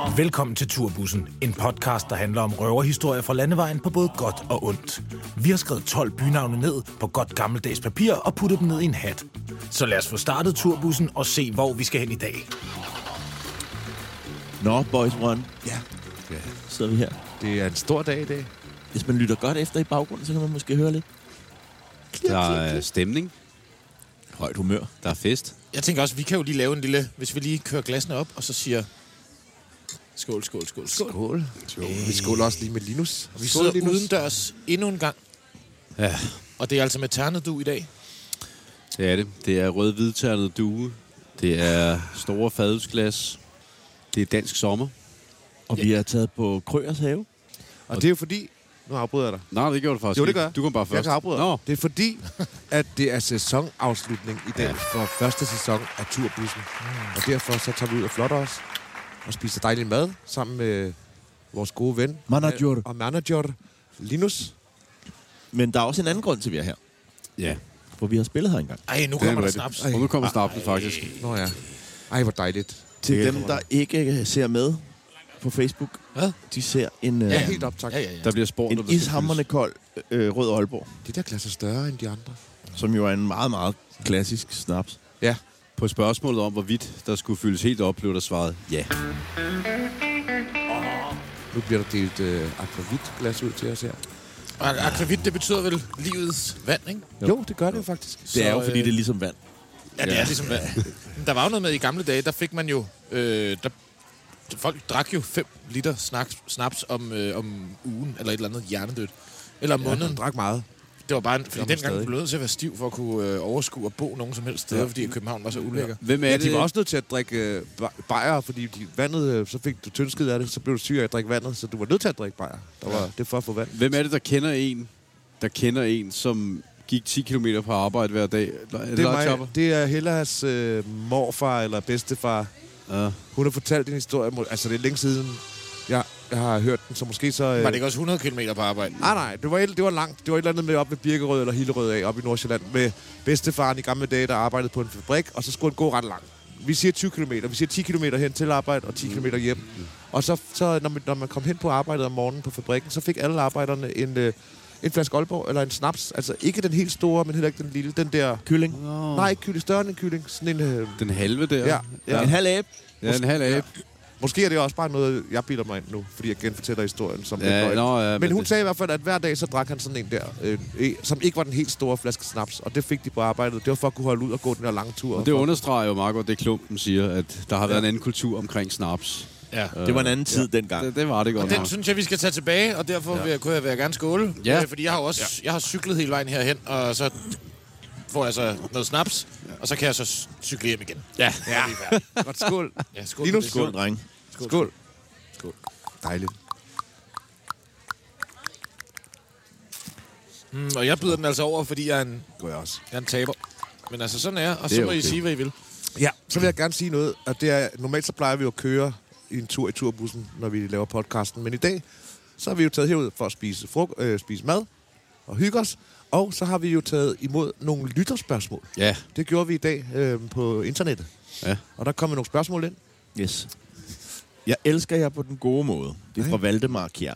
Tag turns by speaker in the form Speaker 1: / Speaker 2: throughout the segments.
Speaker 1: Og velkommen til Turbussen, en podcast, der handler om røverhistorier fra landevejen på både godt og ondt. Vi har skrevet 12 bynavne ned på godt gammeldags papir og puttet dem ned i en hat. Så lad os få startet Turbussen og se, hvor vi skal hen i dag.
Speaker 2: Nå, boys run,
Speaker 3: Ja. ja.
Speaker 2: sidder vi her.
Speaker 3: Det er en stor dag i dag.
Speaker 2: Hvis man lytter godt efter i baggrunden, så kan man måske høre lidt
Speaker 4: Der er stemning,
Speaker 2: højt humør.
Speaker 4: der er fest.
Speaker 5: Jeg tænker også, vi kan jo lige lave en lille... Hvis vi lige kører glasene op, og så siger... Skål, skål, skål, skål.
Speaker 3: Skål. Skål. Vi skåler også lige med Linus.
Speaker 5: Vi
Speaker 3: Skål,
Speaker 5: sidder udendørs endnu en gang.
Speaker 4: Ja,
Speaker 5: Og det er altså med ternedu i dag.
Speaker 4: det er det. Det er rød-hvidternet due. Det er store fadelsglas. Det er dansk sommer.
Speaker 2: Og vi er taget på Krøgers have.
Speaker 3: Og det er jo fordi... Nu afbryder jeg dig.
Speaker 4: Nej, det gjorde du faktisk
Speaker 3: Jo, det gør
Speaker 4: ikke.
Speaker 3: jeg.
Speaker 4: Du kom bare først.
Speaker 3: Jeg kan afbryde dig.
Speaker 4: Nå,
Speaker 3: Det er fordi, at det er sæsonafslutning i dag ja. for første sæson af Turbussen. Mm. Og derfor så tager vi ud og flotter os og spiser dejlig mad sammen med vores gode ven
Speaker 2: Manager.
Speaker 3: og manager Linus.
Speaker 2: Men der er også en anden grund til, at vi er her.
Speaker 4: ja.
Speaker 2: For vi har spillet her engang.
Speaker 5: Ej, nu
Speaker 4: Det er
Speaker 5: kommer der
Speaker 4: rigtigt.
Speaker 5: snaps.
Speaker 4: Og nu kommer snapsen faktisk.
Speaker 3: Nå ja. Ej, hvor dejligt.
Speaker 2: Til dem, der ikke øh, ser med på Facebook,
Speaker 5: Hvad?
Speaker 2: de ser en, øh,
Speaker 3: Ja, helt op, tak.
Speaker 5: Ja, ja, ja.
Speaker 4: Der bliver spurgt,
Speaker 2: en
Speaker 4: om der skal
Speaker 2: ishammerne kold øh, rød Aalborg,
Speaker 3: De der glas er større end de andre.
Speaker 2: som jo er en meget, meget klassisk snaps.
Speaker 3: Ja.
Speaker 4: fyldes. På spørgsmålet om, hvorvidt der skulle fyldes helt op, blev der svaret ja.
Speaker 3: Nu bliver der delt øh, aquavit glas ud til os her.
Speaker 5: Og akvavit, det betyder vel livets vand, ikke?
Speaker 3: Jo, jo det gør det jo faktisk.
Speaker 2: Det er
Speaker 5: Så,
Speaker 2: jo, fordi
Speaker 5: øh,
Speaker 2: det er ligesom vand.
Speaker 5: Ja, det er ligesom vand. Men Der var jo noget med i gamle dage, der fik man jo... Øh, der, folk drak jo 5 liter snaps, snaps om, øh, om ugen, eller et eller andet hjernedødt. Eller om måneden.
Speaker 3: Han drak meget.
Speaker 5: Det var bare en, fordi
Speaker 3: man
Speaker 5: dengang
Speaker 3: stadig.
Speaker 5: blev nødt til at være stiv for at kunne øh, overskue at bo nogen som helst steder, ja. fordi København var så ulækker.
Speaker 4: Hvem er
Speaker 3: Ja,
Speaker 4: det?
Speaker 3: de var også nødt til at drikke øh, ba- bajer, fordi de, vandet, øh, så fik du tyndskid af det, så blev du syg af at drikke vandet, så du var nødt til at drikke bajer. Der var, Det er for at få vand.
Speaker 4: Hvem er det, der kender en, der kender en, som gik 10 km på arbejde hver dag? Er det,
Speaker 3: Det
Speaker 4: Lars
Speaker 3: er,
Speaker 4: Chopper?
Speaker 3: mig, det er Hellas øh, morfar eller bedstefar.
Speaker 4: Ja.
Speaker 3: Hun har fortalt en historie, må- altså det er længe siden, jeg, jeg har hørt den, så måske så... Øh,
Speaker 5: Var det ikke også 100 km på arbejde?
Speaker 3: Nej, nej, det var, et- det var langt. Det var et eller andet med op ved Birkerød eller Hillerød af, op i Nordsjælland, med bedstefaren i gamle dage, der arbejdede på en fabrik, og så skulle han gå ret langt. Vi siger 20 km. Vi siger 10 km hen til arbejde og 10 km hjem. Og så, så når, man, når man kom hen på arbejdet om morgenen på fabrikken, så fik alle arbejderne en, øh, en flaske Aalborg eller en snaps. Altså ikke den helt store, men heller ikke den lille. Den der...
Speaker 2: Kylling.
Speaker 4: Nå.
Speaker 3: Nej, ikke kylling. Større end en kylling. Sådan en... Øh,
Speaker 4: Den halve der.
Speaker 3: Ja,
Speaker 2: Ja. En halv abe.
Speaker 4: ja en halv abe.
Speaker 3: måske er det også bare noget, jeg bilder mig ind nu, fordi jeg genfortæller historien, som det går
Speaker 4: Ja,
Speaker 3: ind.
Speaker 4: nå, ja,
Speaker 3: Men hun
Speaker 4: det-
Speaker 3: sagde i hvert fald, at hver dag så drak han sådan en der, øh, øh, som ikke var den helt store flaske snaps. Og det fik de på arbejdet. Det var for at kunne holde ud og gå den der lange tur.
Speaker 4: Og det understreger jo meget godt det, Klumpen siger, at der har været en anden kultur omkring snaps.
Speaker 5: Ja.
Speaker 2: Det var en anden tid dengang.
Speaker 4: Det, det var det godt
Speaker 5: Den synes jeg, vi skal tage tilbage, og derfor ja. vil jeg, kunne jeg være gerne skåle.
Speaker 4: Ja.
Speaker 5: Øh, Fordi jeg har jo også jeg har cyklet hele vejen herhen, og så får jeg så noget snaps, og så kan jeg så s- cykle hjem igen. Ja. Ja,
Speaker 3: Godt, skål.
Speaker 5: ja skål.
Speaker 3: Lige nu
Speaker 5: for det.
Speaker 2: Skål, drenge.
Speaker 3: skål. Skål. Dejligt.
Speaker 5: Mm, og jeg byder den altså over, fordi jeg er en,
Speaker 3: Går jeg også.
Speaker 5: jeg er en taber. Men altså, sådan er jeg, og
Speaker 4: Det
Speaker 5: så
Speaker 4: er
Speaker 5: må I
Speaker 4: okay.
Speaker 5: sige, hvad I vil.
Speaker 3: Ja, så vil jeg gerne sige noget. At det er, normalt så plejer vi jo at køre i en tur i turbussen, når vi laver podcasten. Men i dag, så har vi jo taget herud for at spise, fruk- øh, spise mad og hygge os. Og så har vi jo taget imod nogle lytterspørgsmål.
Speaker 4: Ja,
Speaker 3: Det gjorde vi i dag øh, på internettet.
Speaker 4: ja.
Speaker 3: Og der kom nogle spørgsmål ind.
Speaker 2: Yes. Jeg elsker jer på den gode måde. Det er fra Valdemar Kjær.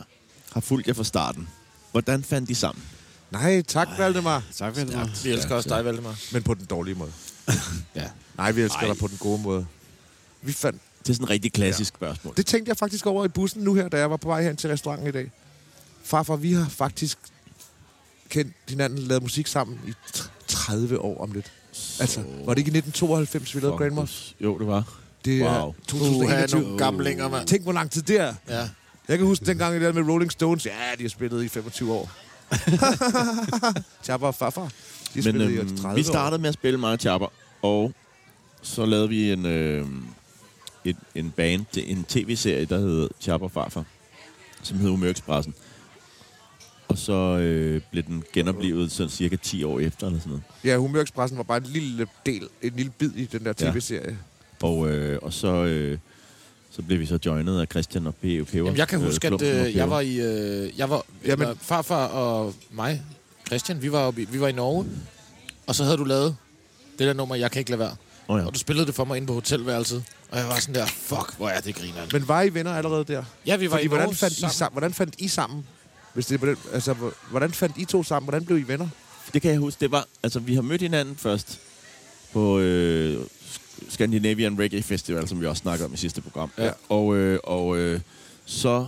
Speaker 2: Har fulgt jer fra starten. Hvordan fandt de sammen?
Speaker 3: Nej, tak, Valdemar.
Speaker 4: Tak for det.
Speaker 5: Vi elsker også dig, Valdemar.
Speaker 3: Men på den dårlige måde.
Speaker 4: Ja.
Speaker 3: Nej, vi elsker dig på den gode måde. Vi fandt...
Speaker 2: Det er sådan en rigtig klassisk ja. spørgsmål.
Speaker 3: Det tænkte jeg faktisk over i bussen nu her, da jeg var på vej hen til restauranten i dag. Farfar, vi har faktisk kendt hinanden, lavet musik sammen i tr- 30 år om lidt. Altså, var det ikke i 1992, vi lavede Grandma?
Speaker 2: Jo, det var.
Speaker 3: Det er
Speaker 2: Wow.
Speaker 5: Uha,
Speaker 3: 2021.
Speaker 5: nogle gamlinger, mand.
Speaker 3: Tænk, hvor lang tid det er.
Speaker 5: Ja.
Speaker 3: Jeg kan huske dengang, jeg lavede med Rolling Stones. Ja, de har spillet i 25 år. Chapper og farfar. De har
Speaker 2: Men
Speaker 3: spillet i
Speaker 2: øhm,
Speaker 3: 30
Speaker 2: vi
Speaker 3: år.
Speaker 2: startede med at spille meget chapper, og så lavede vi en, øhm, et, en band, det- en tv-serie, der hed Chapper Farfar, som hed Humørexpressen. Og så øh, blev den genoplevet sådan cirka 10 år efter, eller sådan noget.
Speaker 3: Ja, Humørexpressen var bare en lille del, en lille bid i den der
Speaker 2: Ja.
Speaker 3: tv-serie.
Speaker 2: Og, øh, og så, øh, så blev vi så joinet af Christian og P. Peber.
Speaker 5: Jamen, jeg kan huske, at øh, jeg var i... Øh, jeg var,
Speaker 3: Jamen-
Speaker 5: Jamen. Farfar og mig, Christian, vi var, oppe i, vi var i Norge, og så havde du lavet det der nummer, jeg kan ikke lade være.
Speaker 2: Åh, ja.
Speaker 5: Og du spillede det for mig inde på hotelværelset. Og jeg var sådan der, fuck, hvor er det griner.
Speaker 3: Men var I venner allerede der?
Speaker 5: Ja, vi var
Speaker 3: Fordi,
Speaker 5: i
Speaker 3: hvordan
Speaker 5: Norge
Speaker 3: fandt, I
Speaker 5: sammen.
Speaker 3: sammen, hvordan fandt I sammen? Hvis det er på den, altså, hvor- hvordan fandt I to sammen? Hvordan blev I venner?
Speaker 2: Det kan jeg huske. Det var, altså, vi har mødt hinanden først på øh, Scandinavian Reggae Festival, som vi også snakkede om i sidste program.
Speaker 3: Ja.
Speaker 2: Og, øh, og øh, så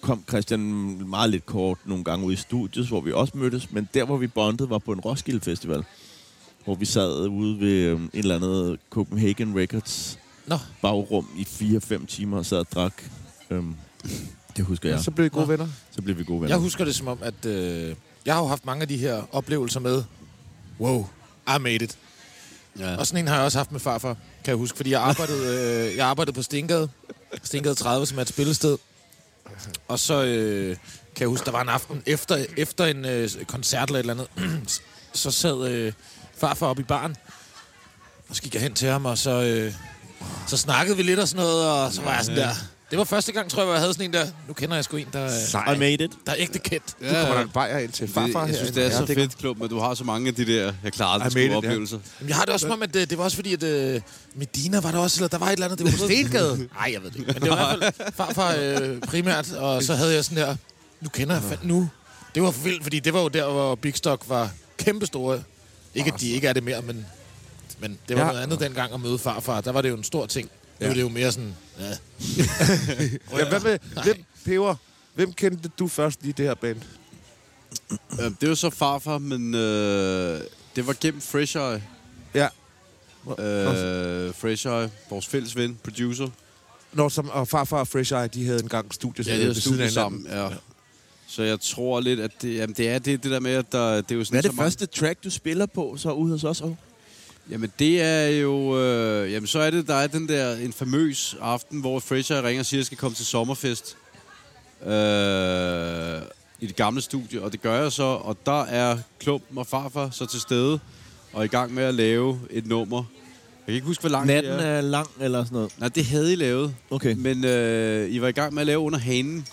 Speaker 2: kom Christian meget lidt kort nogle gange ud i studiet, hvor vi også mødtes. Men der, hvor vi bondede, var på en Roskilde Festival, hvor vi sad ude ved øh, en eller anden Copenhagen Records
Speaker 5: Nå.
Speaker 2: bagrum i 4-5 timer og sad og drak. Øhm, det husker
Speaker 3: Ja.
Speaker 2: jeg.
Speaker 3: Så blev I gode
Speaker 5: Nå.
Speaker 3: venner.
Speaker 2: Så blev vi gode venner.
Speaker 5: Jeg husker det som om, at øh, jeg har jo haft mange af de her oplevelser med, wow, I made it.
Speaker 4: Ja.
Speaker 5: Og sådan en har jeg også haft med farfar, kan jeg huske. Fordi jeg arbejdede, øh, jeg arbejdede på Stengade, Stengade 30, som er et spillested. Og så øh, kan jeg huske, der var en aften efter, efter en øh, koncert eller et eller andet, så sad øh, farfar oppe i baren. Og så gik jeg hen til ham, og så, øh, så snakkede vi lidt og sådan noget, og så var jeg sådan der. Det var første gang, tror jeg, hvor jeg havde sådan en der, nu kender jeg sgu en, der, øh,
Speaker 2: I made it.
Speaker 5: der er ægte kendt.
Speaker 3: Nu kommer der en bajer ind til farfar
Speaker 4: det, jeg synes, det er så fedt, Klub, at du har så mange af de der, jeg
Speaker 3: I
Speaker 4: klarede det
Speaker 3: made
Speaker 4: sgu
Speaker 3: it, ja.
Speaker 4: oplevelser.
Speaker 5: Jamen, jeg har det også som om, at det, det var også fordi, at øh, Medina var der også, eller der var et eller andet, det var på Stengade. Nej, jeg ved det ikke. Men det var i hvert fald farfar øh, primært, og så havde jeg sådan der, nu kender jeg fandt nu. Det var for vildt, fordi det var jo der, hvor Big Stock var kæmpestore. Ikke at de ikke er det mere, men, men det var
Speaker 3: Ja.
Speaker 5: ja. noget andet dengang at møde farfar. Der var det jo en stor ting. Nu
Speaker 3: Ja.
Speaker 5: er det jo mere sådan, ja.
Speaker 3: Ja, hvad med, hvem, Peber, hvem kendte du først i det her band?
Speaker 4: Øh, Det var så farfar, men øh, det var gennem Fresh Eye.
Speaker 3: Ja.
Speaker 4: Øh, Fresh Eye, vores fælles ven, producer.
Speaker 3: Når som, og farfar og Fresh Eye, de havde engang studie
Speaker 4: Ja, det er studie sammen, ja. Så jeg tror lidt, at det, jamen, det er det, det der med, at der, det er jo sådan...
Speaker 2: Hvad er det
Speaker 4: så mange-
Speaker 2: første track, du spiller på så ude hos os? Og
Speaker 4: Jamen det er jo... Øh, jamen så er det, der er den der en famøs aften, hvor Fraser ringer og siger, at jeg skal komme til sommerfest. Øh, I det gamle studie, og det gør jeg så. Og der er Klumpen og Farfar så til stede og i gang med at lave et nummer. Jeg kan ikke huske, hvor langt
Speaker 2: Natten
Speaker 4: det er.
Speaker 2: er lang eller sådan noget.
Speaker 4: Nej, det havde I lavet.
Speaker 2: Okay.
Speaker 4: Men øh, I var i gang med at lave under hanen,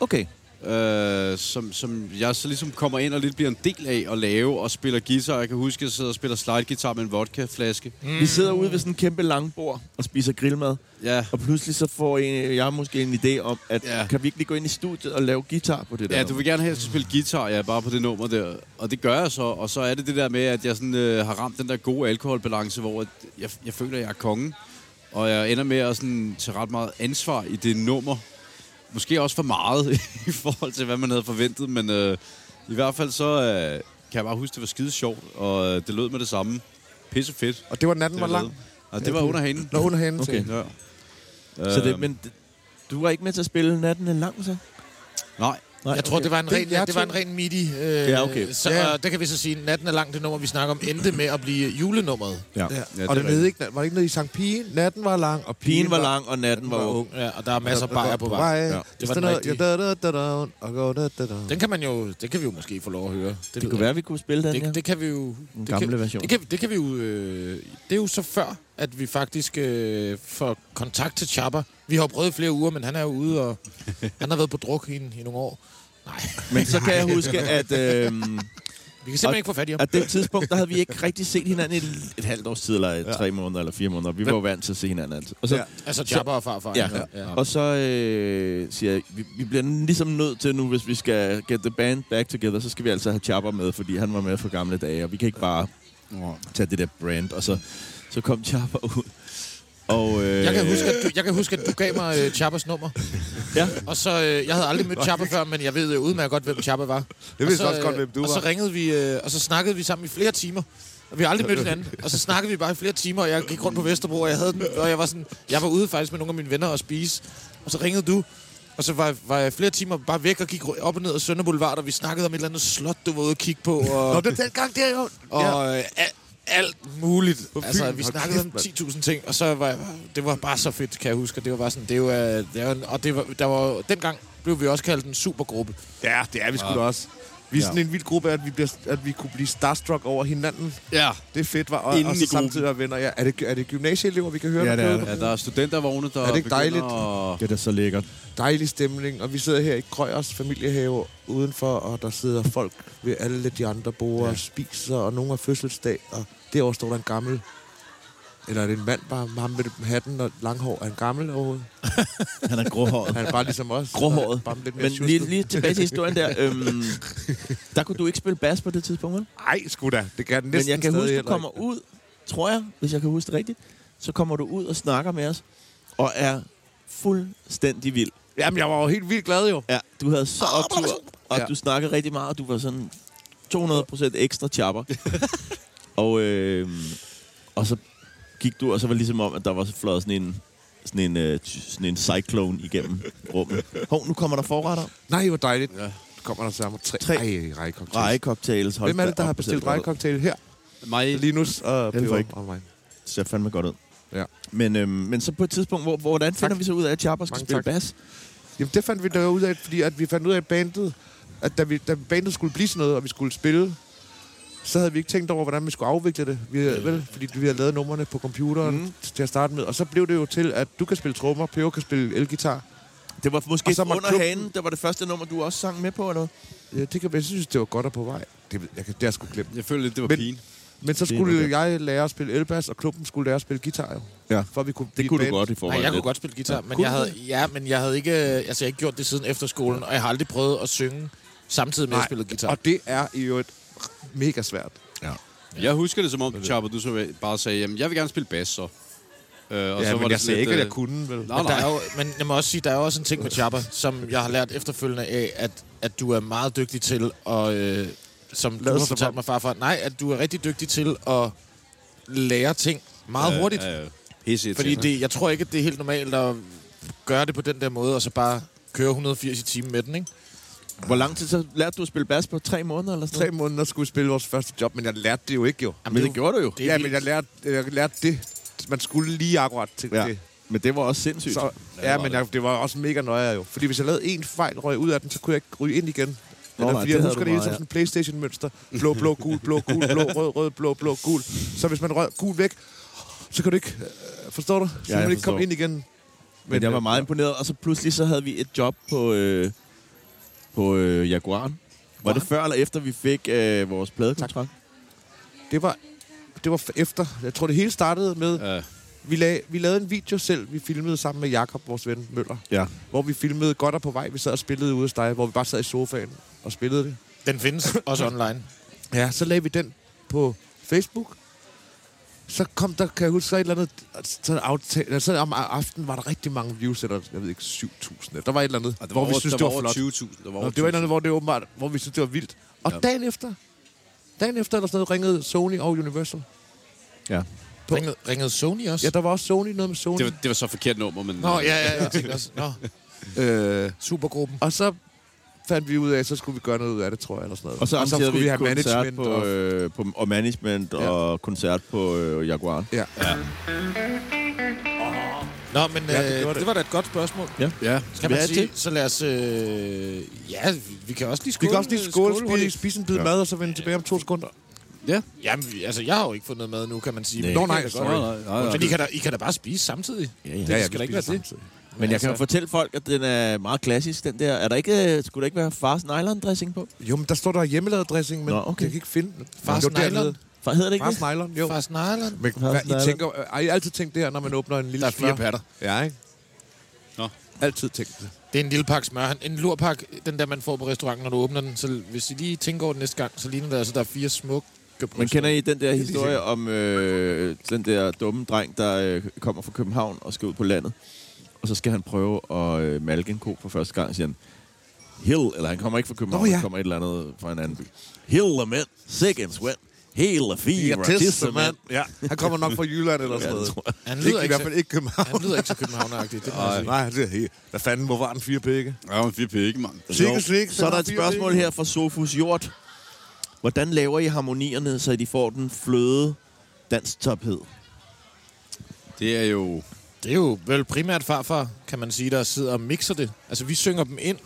Speaker 2: Okay.
Speaker 4: øh, som, som jeg så ligesom kommer ind og lidt bliver en del af at lave og spiller guitar. Jeg kan huske, at jeg sidder og spiller slideguitar med en vodkaflaske.
Speaker 2: Mm. Vi sidder ude ved sådan en kæmpe langbord og spiser grillmad,
Speaker 4: Ja.
Speaker 2: og pludselig så får en, jeg måske en idé om, at
Speaker 4: Ja.
Speaker 2: ja. kan vi ikke lige gå ind i studiet og lave guitar på det der?
Speaker 4: Ja, du vil gerne have, at jeg skal spille guitar, ja, bare på det nummer der. Og det gør jeg så, og så er det det der med, at jeg sådan, øh, har ramt den der gode alkoholbalance, hvor at jeg, jeg føler, at jeg er kongen. Og jeg ender med at sådan, tage ret meget ansvar i det nummer. Måske også for meget i forhold til, hvad man havde forventet, men øh, i hvert fald så øh, kan jeg bare huske, det var skide sjovt, og øh, det lød med det samme. Pisse fedt.
Speaker 3: Og det var natten var
Speaker 4: jeg
Speaker 3: lang.
Speaker 4: lavede. Og det var under hanen.
Speaker 3: Nå, under hende.
Speaker 2: Okay.
Speaker 3: Okay.
Speaker 4: Ja. Øh,
Speaker 2: Så det, men d- du var ikke med til at spille Natten er lang, så?
Speaker 4: Nej,
Speaker 2: Nej,
Speaker 5: Jeg tror, det var en
Speaker 3: Det
Speaker 5: ren,
Speaker 3: er
Speaker 5: ja, det var en
Speaker 3: to-
Speaker 5: ren midi. Øh,
Speaker 2: Ja, okay.
Speaker 5: Så,
Speaker 3: Ja.
Speaker 5: ja. Og der kan vi så sige, at natten er lang, det nummer, vi snakker om, endte med at blive julenummeret.
Speaker 2: Ja.
Speaker 3: Ja.
Speaker 4: Ja,
Speaker 3: og det
Speaker 4: det var
Speaker 3: hed ikke, var det ikke noget i Sankt Pige? Natten var lang, og pigen,
Speaker 2: Pigen var lang, og natten var ung.
Speaker 5: Ja, og der er masser af bajer på vej.
Speaker 3: Ja.
Speaker 2: var
Speaker 3: Det var den rigtige. Da, da, da, da, og gå, da, da, da.
Speaker 5: Den kan man jo, det kan vi jo måske få lov at høre. Det,
Speaker 2: Det kunne være, vi kunne spille den her.
Speaker 5: Det, det kan vi jo...
Speaker 2: Den
Speaker 5: det
Speaker 2: gamle
Speaker 5: kan,
Speaker 2: version.
Speaker 5: Det kan, det kan vi jo... Øh, det er jo så før, at vi faktisk øh, får kontakt til Chapper. Vi har jo prøvet i flere uger, men han er jo ude, og han har været på druk i, en- i nogle år. Nej,
Speaker 2: Men så kan jeg huske, at... Øh,
Speaker 5: vi kan simpelthen
Speaker 2: Og-
Speaker 5: ikke få fat i ham.
Speaker 2: At det tidspunkt, der havde vi ikke rigtig set hinanden i et, et halvt års tid, eller ja. tre måneder, eller fire måneder. Vi var jo vant til at se hinanden altid. Og så,
Speaker 3: Ja.
Speaker 2: ja.
Speaker 5: Altså Chapper og farfar.
Speaker 2: Ja. Og så øh, siger jeg, vi, vi bliver ligesom nødt til nu, hvis vi skal get the band back together, så skal vi altså have Chapper med, fordi han var med for gamle dage, og vi kan ikke bare tage det der brand. Og så, så kom Chapper ud. Og, øh,
Speaker 5: Jeg kan, huske, at du, jeg kan huske, at du gav mig øh, Chappers nummer.
Speaker 2: Ja.
Speaker 5: Og så, øh, jeg havde aldrig mødt Chapper før, men jeg ved øh, udmærket godt, hvem Chapper var.
Speaker 3: Jeg
Speaker 5: Og
Speaker 3: vidste
Speaker 5: så,
Speaker 3: også godt,
Speaker 5: øh,
Speaker 3: hvem du
Speaker 5: og
Speaker 3: var.
Speaker 5: så ringede vi, øh, og så snakkede vi sammen i flere timer. Og vi har aldrig mødt hinanden. Og så snakkede vi bare i flere timer, og jeg gik rundt på Vesterbro, og jeg, havde den, og jeg var sådan... Jeg var ude faktisk med nogle af mine venner og spise. Og så ringede du, og så var, var jeg flere timer bare væk og gik op og ned ad Sønder Boulevard, og vi snakkede om et eller andet slot, du var ude og kigge på. Og,
Speaker 3: Nå, det er den gang der, jo. Ja.
Speaker 5: og øh, al- alt muligt.
Speaker 3: På
Speaker 5: altså,
Speaker 3: Fyn.
Speaker 5: vi
Speaker 3: Hold
Speaker 5: snakkede om
Speaker 3: kæft, mand.
Speaker 5: 10.000 ting, og så var jeg, det var bare så fedt, kan jeg huske. og Det var bare sådan, det var, det var, og det var, der var, dengang blev vi også kaldt en supergruppe.
Speaker 3: Ja, det er vi sgu da også. Vi er sådan en vild gruppe, at vi, bliver, at vi kunne blive starstruck over hinanden.
Speaker 4: ja.
Speaker 3: Det er fedt, var, og,
Speaker 4: Inden
Speaker 3: og
Speaker 4: i
Speaker 3: så
Speaker 4: gruppen.
Speaker 3: samtidig er venner. Ja, er, det, er det gymnasieelever, vi kan høre?
Speaker 2: Ja, det er
Speaker 3: noget?
Speaker 2: det.
Speaker 4: ja der er studentervogne, der
Speaker 3: Er det ikke dejligt?
Speaker 4: begynder at-
Speaker 2: Det er da så lækkert.
Speaker 3: Dejlig stemning, og vi sidder her i Krøyers familiehave udenfor, og der sidder folk ved alle de andre borde ja. og spiser, og nogen har fødselsdag, og derovre står der en gammel Eller er det en mand bare med ham med hatten og langhår? Er han gammel overhovedet?
Speaker 2: Han er gråhåret.
Speaker 3: Er han bare ligesom os?
Speaker 2: Gråhåret.
Speaker 3: Bare lidt mere
Speaker 2: Men lige, lige tilbage til historien der. Øhm, der kunne du ikke spille bas på det tidspunkt, vel?
Speaker 3: Ej, sgu da. Det kan jeg næsten
Speaker 2: Men jeg kan
Speaker 3: stadig
Speaker 2: huske, du
Speaker 3: heller
Speaker 2: kommer
Speaker 3: ikke.
Speaker 2: ud, tror jeg, hvis jeg kan huske det rigtigt, så kommer du ud og snakker med os, og er fuldstændig vild.
Speaker 3: Jamen, jeg var jo helt vildt glad jo.
Speaker 2: Ja, du havde så
Speaker 3: Ah,
Speaker 2: optur, og
Speaker 3: Ja.
Speaker 2: du snakkede rigtig meget, og du var sådan 200% ekstra chapper. og, øh, og så gik du, og så var det ligesom om, at der var så flot sådan en, sådan en, øh, ty- sådan en cyclone igennem rummet. Hov, nu kommer der forretter.
Speaker 3: Nej, hvor dejligt. Ja. Kommer der sammen tre, tre. Ej, rejekoktails.
Speaker 2: Rejecocktails. Hold
Speaker 3: Hvem er
Speaker 2: da
Speaker 3: det, der
Speaker 2: op,
Speaker 3: har
Speaker 2: hvor ser
Speaker 3: bestilt
Speaker 2: det godt ud.
Speaker 3: rejekoktail her?
Speaker 4: Mig,
Speaker 3: Linus og
Speaker 2: Elfer
Speaker 3: Peber
Speaker 2: ikke.
Speaker 3: og mig.
Speaker 2: Det ser fandme godt ud.
Speaker 3: Ja.
Speaker 2: Men, øhm, men så på et tidspunkt, hvor, hvor- hvordan finder vi så ud af, at Chapper skal
Speaker 3: Mange
Speaker 2: spille
Speaker 3: tak.
Speaker 2: bas?
Speaker 3: Jamen, det fandt vi da ud af, fordi at vi fandt ud af, at bandet, at da, vi, da bandet skulle blive sådan noget, og vi skulle spille, så havde vi ikke tænkt over, hvordan vi skulle afvikle det. Vi, havde, vel, fordi vi havde lavet numrene på computeren mm. til at starte med. Og så blev det jo til, at du kan spille trommer, Peo kan spille elgitar.
Speaker 2: Det var måske
Speaker 3: Og så var
Speaker 2: under
Speaker 3: klubben-
Speaker 2: hanen, der var det første nummer, du også sang med på, eller hvad?
Speaker 3: Ja, det kan, jeg synes, det var godt at på vej. Det, ved jeg, kan- det har jeg sgu glemt.
Speaker 4: jeg følte lidt, det var
Speaker 3: Men-
Speaker 4: pin.
Speaker 3: Men så
Speaker 2: Det er
Speaker 3: skulle
Speaker 2: noget
Speaker 3: jeg lære at spille elbas, og klubben skulle lære at spille guitar, jo.
Speaker 2: Ja.
Speaker 3: For at vi kunne blive
Speaker 2: Det
Speaker 3: et
Speaker 2: kunne du
Speaker 3: band.
Speaker 2: godt i forhold
Speaker 5: Nej,
Speaker 2: til.
Speaker 5: jeg kunne godt spille guitar, men
Speaker 2: Kunne du
Speaker 5: jeg havde, ja, men jeg havde ikke, øh, altså, jeg har ikke gjort det siden efterskolen, og jeg har aldrig prøvet at synge samtidig med, at jeg spillede guitar.
Speaker 3: Og det er jo et mega svært.
Speaker 4: Jeg husker det som om, Chapper, du så bare sagde, jamen, jeg vil gerne spille bas, så. Øh, og
Speaker 3: Ja, men jeg sagde
Speaker 4: sådan lidt,
Speaker 3: ikke, at
Speaker 4: øh,
Speaker 3: jeg kunne, vel?
Speaker 4: Nej,
Speaker 5: Men, der
Speaker 4: nej.
Speaker 5: er jo, men jeg må også sige, der er jo også en ting med Chapper, som jeg har lært efterfølgende af, at, at du er meget dygtig til at... Øh, som
Speaker 3: Lad
Speaker 5: du har
Speaker 3: som
Speaker 5: fortalt
Speaker 3: om.
Speaker 5: mig, farfar. Nej, at du er rigtig dygtig til at lære ting meget
Speaker 4: Ja,
Speaker 5: hurtigt.
Speaker 4: ja, ja. Pisse
Speaker 5: Fordi
Speaker 4: irriterende.
Speaker 5: det, jeg tror ikke, at det er helt normalt at gøre det på den der måde, og så bare køre 180 i timen med den, ikke?
Speaker 2: Hvor lang tid så lærte du at spille bas på? Tre måneder eller sådan
Speaker 3: Tre måneder skulle vi spille vores første job, men jeg lærte det jo ikke, jo.
Speaker 5: Jamen, det, gjorde du jo. Det er
Speaker 3: ja,
Speaker 5: vildt.
Speaker 3: men jeg lærte, jeg lærte det. Man skulle lige akkurat til ja.
Speaker 2: noget?
Speaker 3: det.
Speaker 2: Men det var også sindssygt.
Speaker 3: Så,
Speaker 2: Så,
Speaker 3: ja, men jeg, det var også mega nøje jo. Fordi hvis jeg lavede en fejl, røg ud af den, så kunne jeg ikke ryge ind igen.
Speaker 2: Nå, nej,
Speaker 3: Eller, fordi
Speaker 2: det
Speaker 3: jeg
Speaker 2: havde
Speaker 3: husker
Speaker 2: du
Speaker 3: det hele
Speaker 2: meget,
Speaker 3: som
Speaker 2: ja.
Speaker 3: sådan et Playstation-mønster. Blå, blå, gul, blå, gul, blå, rød, rød, blå, blå, gul. Så hvis man røg gul væk, så kan du ikke... Øh, forstår du? Så
Speaker 2: Ja,
Speaker 3: kan
Speaker 2: jeg
Speaker 3: man ikke komme ind
Speaker 2: forstår.
Speaker 3: igen.
Speaker 2: men jeg var meget imponeret, og så pludselig så havde vi et job på, øh, på øh, Jaguaren. Var det før eller efter, vi fik øh, vores pladekontrakt?
Speaker 3: Det var, det var f- efter. Jeg tror, det hele startede med...
Speaker 4: Ja.
Speaker 3: Vi, lag, vi lavede en video selv, vi filmede sammen med Jakob, vores ven Møller.
Speaker 2: Ja.
Speaker 3: Hvor vi filmede godt og på vej. Vi sad og spillede ude hos dig, hvor vi bare sad i sofaen og spillede det.
Speaker 5: Den findes også online.
Speaker 3: Ja, så lagde vi den på Facebook. Så kom der, kan jeg huske, så et eller andet... Så, aftale, så om aftenen var der rigtig mange views, eller jeg ved ikke, 7.000. Der var et eller andet,
Speaker 4: Ej, der
Speaker 3: hvor
Speaker 4: var
Speaker 3: vi
Speaker 4: over-
Speaker 3: synes,
Speaker 4: der
Speaker 3: det var
Speaker 4: over
Speaker 3: flot.
Speaker 4: 20.000. Der var
Speaker 3: Nå,
Speaker 4: over
Speaker 3: det var et eller andet, hvor det åbenbart, hvor vi synes, det var vildt. Og ja. dagen efter, dagen efter eller sådan noget, ringede Sony og Universal.
Speaker 2: Ja.
Speaker 5: Ringede, ringede Sony også?
Speaker 3: Ja, der var også Sony, noget med Sony.
Speaker 4: 20.000. det, var, det var så forkert nummer, men... øh,
Speaker 5: Nå, ja, ja, jeg tænkte også. Nå,
Speaker 3: Øh,
Speaker 5: supergruppen.
Speaker 3: og så fandt vi ud af, at så skulle vi gøre noget ud af det, tror jeg, eller sådan noget.
Speaker 2: Og så, og så
Speaker 3: skulle
Speaker 2: vi,
Speaker 3: vi
Speaker 2: vi
Speaker 3: have
Speaker 2: koncert
Speaker 3: management.
Speaker 2: på,
Speaker 3: og,
Speaker 2: øh, på, og management ja. og koncert på øh, Jaguaren.
Speaker 3: ja.
Speaker 5: Nå, men øh,
Speaker 3: Ja, det
Speaker 5: det,
Speaker 3: gjorde det.
Speaker 5: det var da et godt spørgsmål.
Speaker 4: Ja.
Speaker 5: Kan
Speaker 2: vi
Speaker 5: man
Speaker 2: have
Speaker 5: sige,
Speaker 2: det?
Speaker 5: så lad os... Øh, ja, vi- vi kan også lige
Speaker 3: Vi
Speaker 5: skåle.
Speaker 3: kan også lige skåle, spise,
Speaker 5: hurtigt.
Speaker 3: spise en bid mad, og så vende tilbage om to sekunder.
Speaker 4: Ja.
Speaker 5: Jamen, vi- altså, jeg har jo ikke fået noget mad nu, kan man sige.
Speaker 3: Nå, nej, sorry.
Speaker 4: Nej, nej, nej, nej.
Speaker 5: Men I kan, da, I kan da bare spise samtidig.
Speaker 2: Ja, ja.
Speaker 5: Det,
Speaker 2: Ja,
Speaker 5: det skal da ikke være det.
Speaker 2: Men altså- jeg kan jo fortælle folk, at den er meget klassisk, den der. Er der ikke, øh, skulle der ikke være fars nylon-dressing på?
Speaker 3: Jo, men der står der hjemmelavet dressing, men
Speaker 2: Nå,
Speaker 3: Nå,
Speaker 2: okay.
Speaker 3: okay. jeg kan ikke finde den.
Speaker 5: Fars
Speaker 3: Det var dernede.
Speaker 5: nylon?
Speaker 2: Far, hedder det ikke
Speaker 3: Fars
Speaker 2: det?
Speaker 3: nylon, jo.
Speaker 5: Fars Nylon.
Speaker 3: Men hvad, I
Speaker 2: nylon.
Speaker 3: tænker, øh, har I altid tænkt det her, når man åbner en lille
Speaker 5: Der er fire
Speaker 3: smør?
Speaker 5: patter.
Speaker 3: Ja, ikke?
Speaker 4: Nå.
Speaker 3: Altid tænkt det.
Speaker 5: Det er en lille pakke smør. En lurpakke, den der, man får på restauranten, når du åbner den. Så hvis I lige tænker over det næste gang, så ligner det altså, der er fire smukke bryster.
Speaker 2: Men kender I den der historie om øh, den der dumme dreng, der øh, kommer fra København og skal ud på landet? Og så skal han prøve at øh, malke en ko for første gang, siger han. Hill, eller han kommer ikke fra København,
Speaker 3: Nå, ja.
Speaker 2: han kommer et eller andet fra en anden by. Hill a man, sick and sweat, hele fever, tisse man.
Speaker 3: Ja. Han kommer nok fra Jylland eller sådan
Speaker 2: Ja, det
Speaker 3: noget.
Speaker 2: tror jeg.
Speaker 5: Han
Speaker 3: Ikke,
Speaker 5: lyder
Speaker 3: I
Speaker 5: ikke,
Speaker 3: hvert fald
Speaker 5: så-
Speaker 3: ikke København.
Speaker 5: han lyder ikke så københavneragtig. Det må jeg sige.
Speaker 3: Nej, det er helt... Hvad fanden, hvor var den fire pikke?
Speaker 4: Ja, men vi pikke, mand. Altså,
Speaker 3: Sikke, sikke,
Speaker 2: Så er der et
Speaker 3: fire
Speaker 2: spørgsmål
Speaker 3: pikke.
Speaker 2: her fra Sofus Hjort. Hvordan laver I harmonierne, så de får den fløde danstophed?
Speaker 4: Det er jo...
Speaker 5: Det er jo vel primært farfar, kan man sige, der sidder og mixer det. Altså, vi synger dem ind.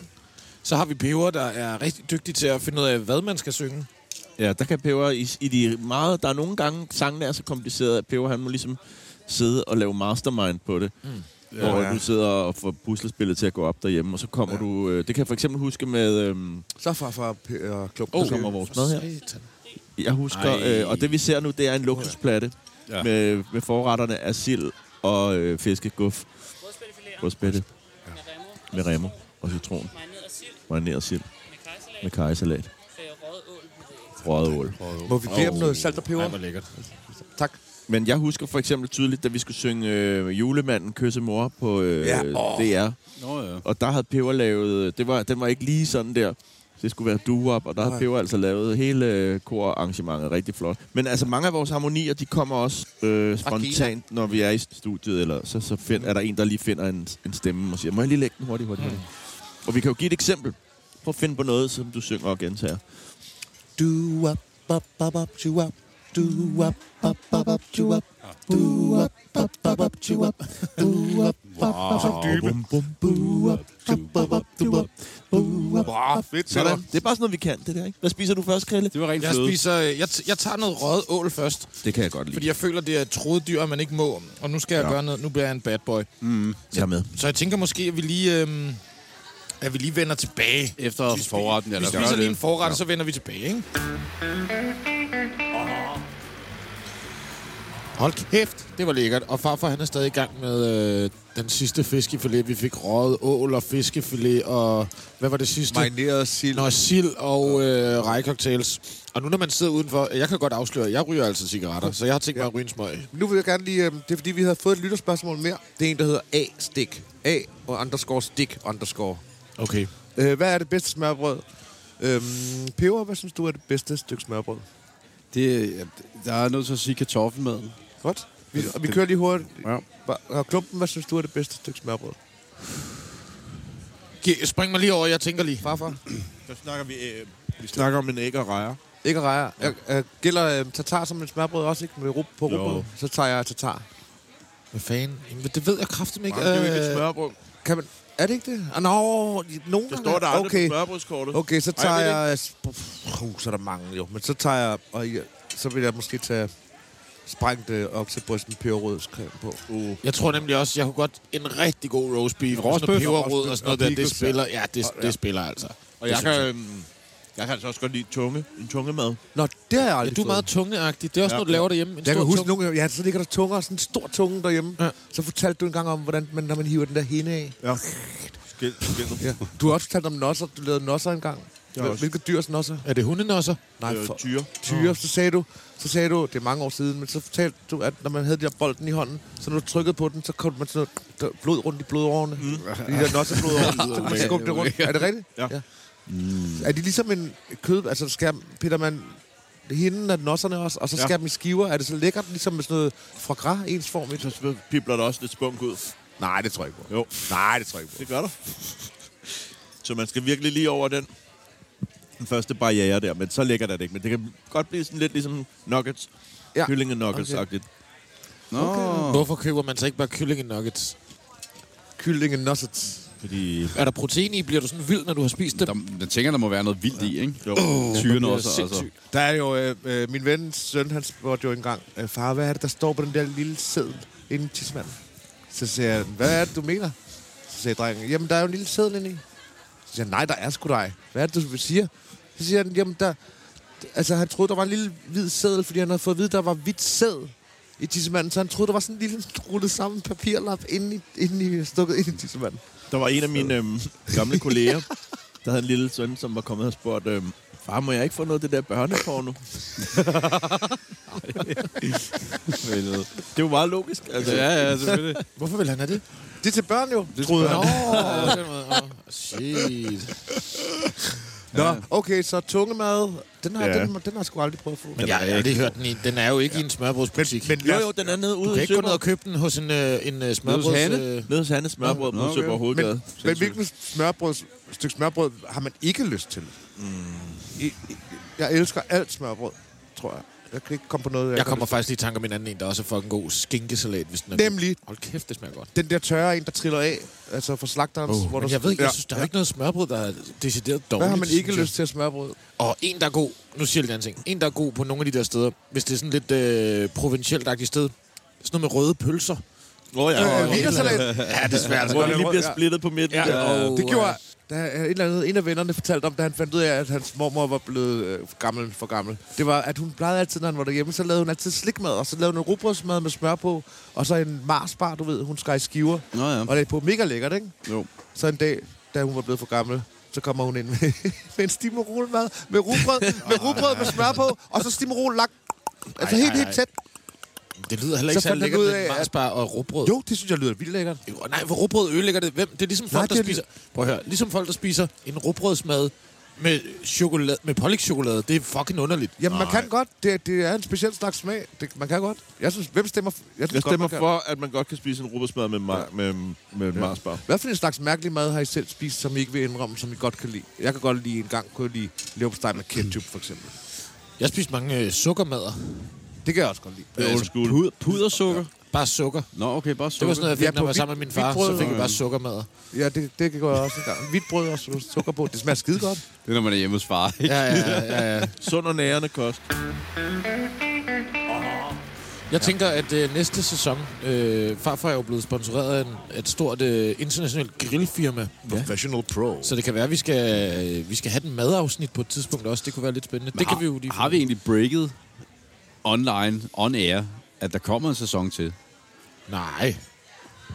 Speaker 5: Så har vi peber, der er rigtig dygtig til at finde ud af, hvad man skal synge.
Speaker 2: Ja, der kan Peber i, i de meget... Der er nogle gange, sangene er så komplicerede, at Peber han må ligesom sidde og lave mastermind på det. Mm. Ja, hvor
Speaker 3: ja.
Speaker 2: du sidder og får puslespillet til at gå op derhjemme, og så kommer ja. du... Øh, det kan jeg for eksempel huske med... Øh,
Speaker 3: Så fra, fra P- og klub.
Speaker 2: oh, kommer vores mad her.
Speaker 5: Satan.
Speaker 2: Jeg husker, øh, og det vi ser nu, det er en luksusplatte. ja. med, med forretterne af sild og øh, fiskeguff. Rødspætte. Med remo og citron. Marineret sild med kajsalat. Røget ål.
Speaker 3: Må vi bede om noget salt og peber?
Speaker 5: Ej, hvor lækkert.
Speaker 3: Tak.
Speaker 2: Men jeg husker for eksempel tydeligt, da vi skulle synge øh, Julemanden kysse mor på øh,
Speaker 3: Ja,
Speaker 2: ja,
Speaker 3: åh.
Speaker 2: DR.
Speaker 4: Nå ja.
Speaker 2: Og der havde Peber lavet... Det var, den var ikke lige sådan der. Det skulle være duop, og der havde Peber altså lavet hele øh, korarrangementet rigtig flot. Men altså, mange af vores harmonier, de kommer også øh, spontant, når vi er i studiet, eller så, så find, er der en, der lige finder en, en stemme og siger, må jeg lige lægge den hurtigt, hurtigt, hurtigt. Og vi kan jo give et eksempel. Prøv at finde på noget, som du synger og gentager.
Speaker 3: Du up, up, up, up, you up. Du up, up, up, up, you up. Du up, up, up, up, you up. Du up, up, up, up,
Speaker 2: Bum, bum,
Speaker 3: du up. Du up, up, du up. Du up. Wow, fedt.
Speaker 2: Sådan. Det er bare sådan noget, vi kan, det der, ikke? Hvad spiser du først, Krille?
Speaker 4: Det var rent
Speaker 5: Jeg,
Speaker 4: fløde.
Speaker 5: spiser, øh, jeg, t- jeg tager noget røget ål først,
Speaker 2: Det kan jeg godt lide.
Speaker 5: fordi jeg føler, det er et trodedyr, man ikke må. Og nu skal jeg ja. gøre noget. Nu bliver jeg en bad boy.
Speaker 2: Jeg er med.
Speaker 5: Så jeg tænker måske, at vi lige, øhm, at vi lige vender tilbage.
Speaker 4: Efter
Speaker 5: Vi spi-
Speaker 4: forretten,
Speaker 5: Vi
Speaker 4: eller
Speaker 5: spiser
Speaker 4: gør
Speaker 5: lige en
Speaker 4: det.
Speaker 5: forret, ja. så vender vi tilbage, ikke? Hold kæft, det var lækkert. Og farfar, han er stadig i gang med øh, den sidste fiskefilet. Vi fik røget ål og fiskefilet, og hvad var det sidste?
Speaker 3: Marineret sild.
Speaker 5: Nå, sild og øh, rejcocktails. Og nu, når man sidder udenfor... Jeg kan godt afsløre, jeg ryger altså cigaretter, så jeg har tænkt mig at ryge en smøg.
Speaker 3: Nu vil jeg gerne lige... øhm, Det er, fordi vi havde fået et lytterspørgsmål mere. Det er en, der hedder A-stik. A og underscore stik underscore.
Speaker 5: Okay.
Speaker 3: Øh, hvad er det bedste smørbrød? Øhm, peber, hvad synes du er det bedste stykke smørbrød?
Speaker 4: det ja, der er nødt til at sige kartoffelmaden.
Speaker 3: Godt. Vi, og vi kører lige hurtigt.
Speaker 4: Ja.
Speaker 3: Hva- Og klumpen, hvad synes du er det bedste stykke smørbrød?
Speaker 5: Gi- Spring mig lige over, jeg tænker lige.
Speaker 3: Farfar?
Speaker 2: Så snakker vi, øh, vi snakker om en æg og rejer.
Speaker 3: Ikke rejer. Jeg, jeg gælder øh, tatar som en smørbrød også, ikke? Med rup på rugbrød. Så tager jeg tatar.
Speaker 5: Hvad fanden? Jamen, det ved jeg kraftigt ikke. Øh,
Speaker 2: smørbrød. Det
Speaker 3: Kan man... Er det ikke det? Ah, nå, nogen okay.
Speaker 2: smørbrødskortet.
Speaker 3: Okay, så tager
Speaker 2: Ej, det er
Speaker 3: jeg... Uh, så er der mange jo. Men så tager jeg... Og jeg, så vil jeg måske tage sprængt øh, oksebryst med peberrødscreme på. Uh.
Speaker 5: Jeg tror nemlig også, jeg kunne godt en rigtig god roast beef. Roast beef.
Speaker 2: beef.
Speaker 5: Peberrød og sådan
Speaker 2: Og
Speaker 5: noget der. Det
Speaker 2: pickles, ja.
Speaker 5: spiller, ja, det, det spiller altså.
Speaker 2: Og jeg kan, øhm, jeg kan altså også godt lide tunge. En tungemad.
Speaker 3: Nå, det har jeg
Speaker 5: Ja,
Speaker 3: aldrig
Speaker 5: du er
Speaker 3: fået.
Speaker 5: meget tungeagtig. Det er også
Speaker 2: Ja.
Speaker 5: noget, du laver derhjemme. En
Speaker 3: Jeg kan
Speaker 5: stor
Speaker 3: huske
Speaker 5: tunge.
Speaker 3: nogle gange, ja, så ligger der tunger, sådan en stor tunge derhjemme. Ja. Så fortalte du en gang om, hvordan man, når man hiver den der hende af.
Speaker 2: Ja. Skil, skil.
Speaker 3: Ja. Du har også fortalt om nosser. Du lavede nosser engang.
Speaker 2: Jeg har også.
Speaker 3: Hvilke dyrs nosser?
Speaker 5: Er det hundenosser?
Speaker 3: Nej,
Speaker 2: Øh,
Speaker 3: for
Speaker 2: tyre.
Speaker 3: tyre. Så sagde, du, så sagde du, det er mange år siden, men så fortalte du, at når man havde de der bolden i hånden, så når du trykkede på den, så kom man sådan noget der blod rundt i blodårene. Mm. De der nosseblodårene. så man skubbede det rundt. Er det rigtigt?
Speaker 2: Ja.
Speaker 3: Mm. Er de ligesom en kød... Altså, skærer Peter, man hinden af nosserne også, og så
Speaker 2: Ja.
Speaker 3: skærer dem i skiver. Er det så lækkert, ligesom med sådan noget fra gras ensform? i?
Speaker 2: Så pibler der også lidt spunk ud.
Speaker 3: Nej, det tror jeg ikke på.
Speaker 2: Jo.
Speaker 3: Nej, det tror jeg ikke på.
Speaker 2: Det gør der. Så man skal virkelig lige over den, den første barriere der. Men så lækker det ikke. Men det kan godt blive sådan lidt ligesom nuggets.
Speaker 3: Ja.
Speaker 2: Ja. Kyllinge nuggets okay.
Speaker 4: Nå, okay.
Speaker 5: Hvorfor køber man så ikke bare kylling nuggets?
Speaker 3: Kyllinge nuggets.
Speaker 2: Fordi
Speaker 5: Er der protein i? Bliver du sådan vild, når du har spist dem?
Speaker 4: der, jeg tænker, der må være noget vildt i, ikke?
Speaker 2: Jo.
Speaker 4: Tyren
Speaker 5: bliver
Speaker 4: også, altså.
Speaker 5: sindssyg.
Speaker 3: Der er jo... Øh, øh, min vens søn, han spurgte jo engang, øh, far, hvad er det, der står på den der lille seddel inde i tidsmanden? Så siger jeg, hvad er det, du mener? Så siger drengen, jamen, der er jo en lille seddel inde i. Så siger jeg, nej, der er sgu dig. Hvad er det, du siger? Så siger han, jamen, der... Altså, han troede, der var en lille hvid seddel, fordi han havde fået at vide, der var hvidt sæd i tissemanden, så han troede, der var sådan en lille rullet sammen papirlap inde i, inde i stukket ind i tissemanden.
Speaker 2: Der var en af mine øhm, gamle kolleger, der havde en lille søn, som var kommet og spurgt, øhm, far, må jeg ikke få noget af det der børneporno? det var meget logisk. Altså,
Speaker 4: Ja, ja, selvfølgelig.
Speaker 5: Hvorfor vil han have det?
Speaker 3: Det er til børn jo.
Speaker 4: Det troede
Speaker 5: Nå,
Speaker 4: jeg.
Speaker 5: på den måde. Åh, Shit.
Speaker 3: Nå, okay, så tungemad. Den har,
Speaker 2: Ja.
Speaker 3: den, den har jeg sgu aldrig prøvet at få.
Speaker 5: Men jeg har aldrig hørt den i. Den er jo ikke i en smørbrødsbutik. Men,
Speaker 2: jo, jo, den er nede
Speaker 5: du
Speaker 2: ude
Speaker 5: kan
Speaker 2: i
Speaker 5: ikke gå ned
Speaker 2: Søborg.
Speaker 5: og købe den hos en, øh, en øh, smørbrøds...
Speaker 4: Hane?
Speaker 5: øh,
Speaker 2: Nede hos Hannes smørbrød på
Speaker 4: Nå,
Speaker 2: okay. Søborg Hovedgade.
Speaker 3: Men, men hvilket smørbrød, stykke smørbrød har man ikke lyst til? Mm. I, I, jeg elsker alt smørbrød, tror jeg. Jeg kan ikke komme på noget.
Speaker 5: Jeg
Speaker 3: ikke
Speaker 5: kommer
Speaker 3: har lyst
Speaker 5: faktisk lige i tanke om en anden en, der også er fucking god skinkesalat, hvis den er
Speaker 3: til. Nemlig
Speaker 5: Hold kæft, det smager godt.
Speaker 3: den der tørre en, der triller af, altså fra slagterens.
Speaker 5: Hvor men
Speaker 3: du-
Speaker 5: jeg ved ikke, jeg
Speaker 3: Ja.
Speaker 5: synes, der er ikke noget smørbrød, der er decideret dårligt.
Speaker 3: Hvad har man ikke
Speaker 5: synes jeg.
Speaker 3: lyst til at smørbrød?
Speaker 5: Og en, der er god, nu siger jeg lidt anden ting, en, der er god på nogle af de der steder, hvis det er sådan lidt øh, provincielt-agtigt sted, sådan noget med røde pølser. Altså,
Speaker 2: Åh, ja.
Speaker 3: Øh, Wienersalat.
Speaker 5: Ja, det er svært.
Speaker 2: Hvor det lige bliver splittet på midten.
Speaker 5: Ja,
Speaker 2: der.
Speaker 5: og-
Speaker 3: Det gjorde
Speaker 5: øh,
Speaker 3: jeg. der er et eller andet, en af vennerne fortalte om, da han fandt ud af, at hans mormor var blevet øh, gammel for gammel. Det var, at hun plejede altid, når han var derhjemme, så lavede hun altid slikmad, og så lavede hun rugbrødsmad med smør på, og så en marsbar, du ved, hun skar i skiver.
Speaker 4: Nå ja.
Speaker 3: Og det er på mega lækkert, ikke?
Speaker 4: Jo.
Speaker 3: Så en dag, da hun var blevet for gammel, så kommer hun ind med, med en stimerolmad, med rugbrød, med rugbrød med smør på, og så stimerol lagt. Altså helt, helt tæt.
Speaker 5: Det lyder heller ikke
Speaker 3: Så
Speaker 5: så,
Speaker 3: fandt han
Speaker 5: lækkert
Speaker 3: ud
Speaker 5: med
Speaker 3: af,
Speaker 5: af,
Speaker 3: at-
Speaker 5: marsbar og råbrød.
Speaker 3: Jo, det synes jeg lyder vildt lækkert.
Speaker 5: Nej, hvor råbrød ødelægger det. Hvem? Det er ligesom folk,
Speaker 3: det er
Speaker 5: der spiser... Prøv at høre. Ligesom folk, der spiser en råbrødsmad med, chokolade, med pålægtschokolade. Det er fucking underligt.
Speaker 3: Jamen, man kan godt. Det, det er en speciel slags smag. Det, man kan godt. Jeg synes, hvem stemmer... f- Jeg, synes
Speaker 2: Jeg
Speaker 3: godt,
Speaker 2: stemmer
Speaker 3: man kan.
Speaker 2: for, at man godt kan spise en rugbrødsmad med, mar- med, med ja. marsbar.
Speaker 3: Hvad for en slags mærkelig mad har I selv spist, som I ikke vil indrømme, som I godt kan lide? Jeg kan godt lide en gang, kunne jeg lide leverpostej med ketchup, for eksempel.
Speaker 5: Jeg spiste mange øh, sukkermadder.
Speaker 3: Det kan jeg også godt lide.
Speaker 2: Det er old school.
Speaker 4: Pud, pudersukker?
Speaker 5: Bare sukker.
Speaker 4: Nå, okay, bare
Speaker 5: Det
Speaker 4: sukker.
Speaker 5: var sådan noget, jeg fik,
Speaker 3: Ja,
Speaker 5: når jeg
Speaker 3: på
Speaker 5: var sammen med min far.
Speaker 3: hvidbrød.
Speaker 5: Så fik jeg bare sukkermadder.
Speaker 3: Ja, det, det kan jeg også en gang. Hvidt brød og su- sukker på. Det smager skide godt.
Speaker 4: Det er, når man er hjemme hos far, ikke?
Speaker 5: Ja, ja, ja, ja.
Speaker 2: Sund og nærende kost.
Speaker 5: Jeg tænker, at øh, næste sæson... Øh, farfar er jo blevet sponsoreret af en, et stort øh, internationalt grillfirma.
Speaker 3: Professional pro.
Speaker 5: Så det kan være, at vi skal, øh, vi skal have den madafsnit på et tidspunkt også. Det kunne være lidt spændende. det kan vi jo lige...
Speaker 4: Har vi egentlig breaket online, on air, at der kommer en sæson til?
Speaker 5: Nej.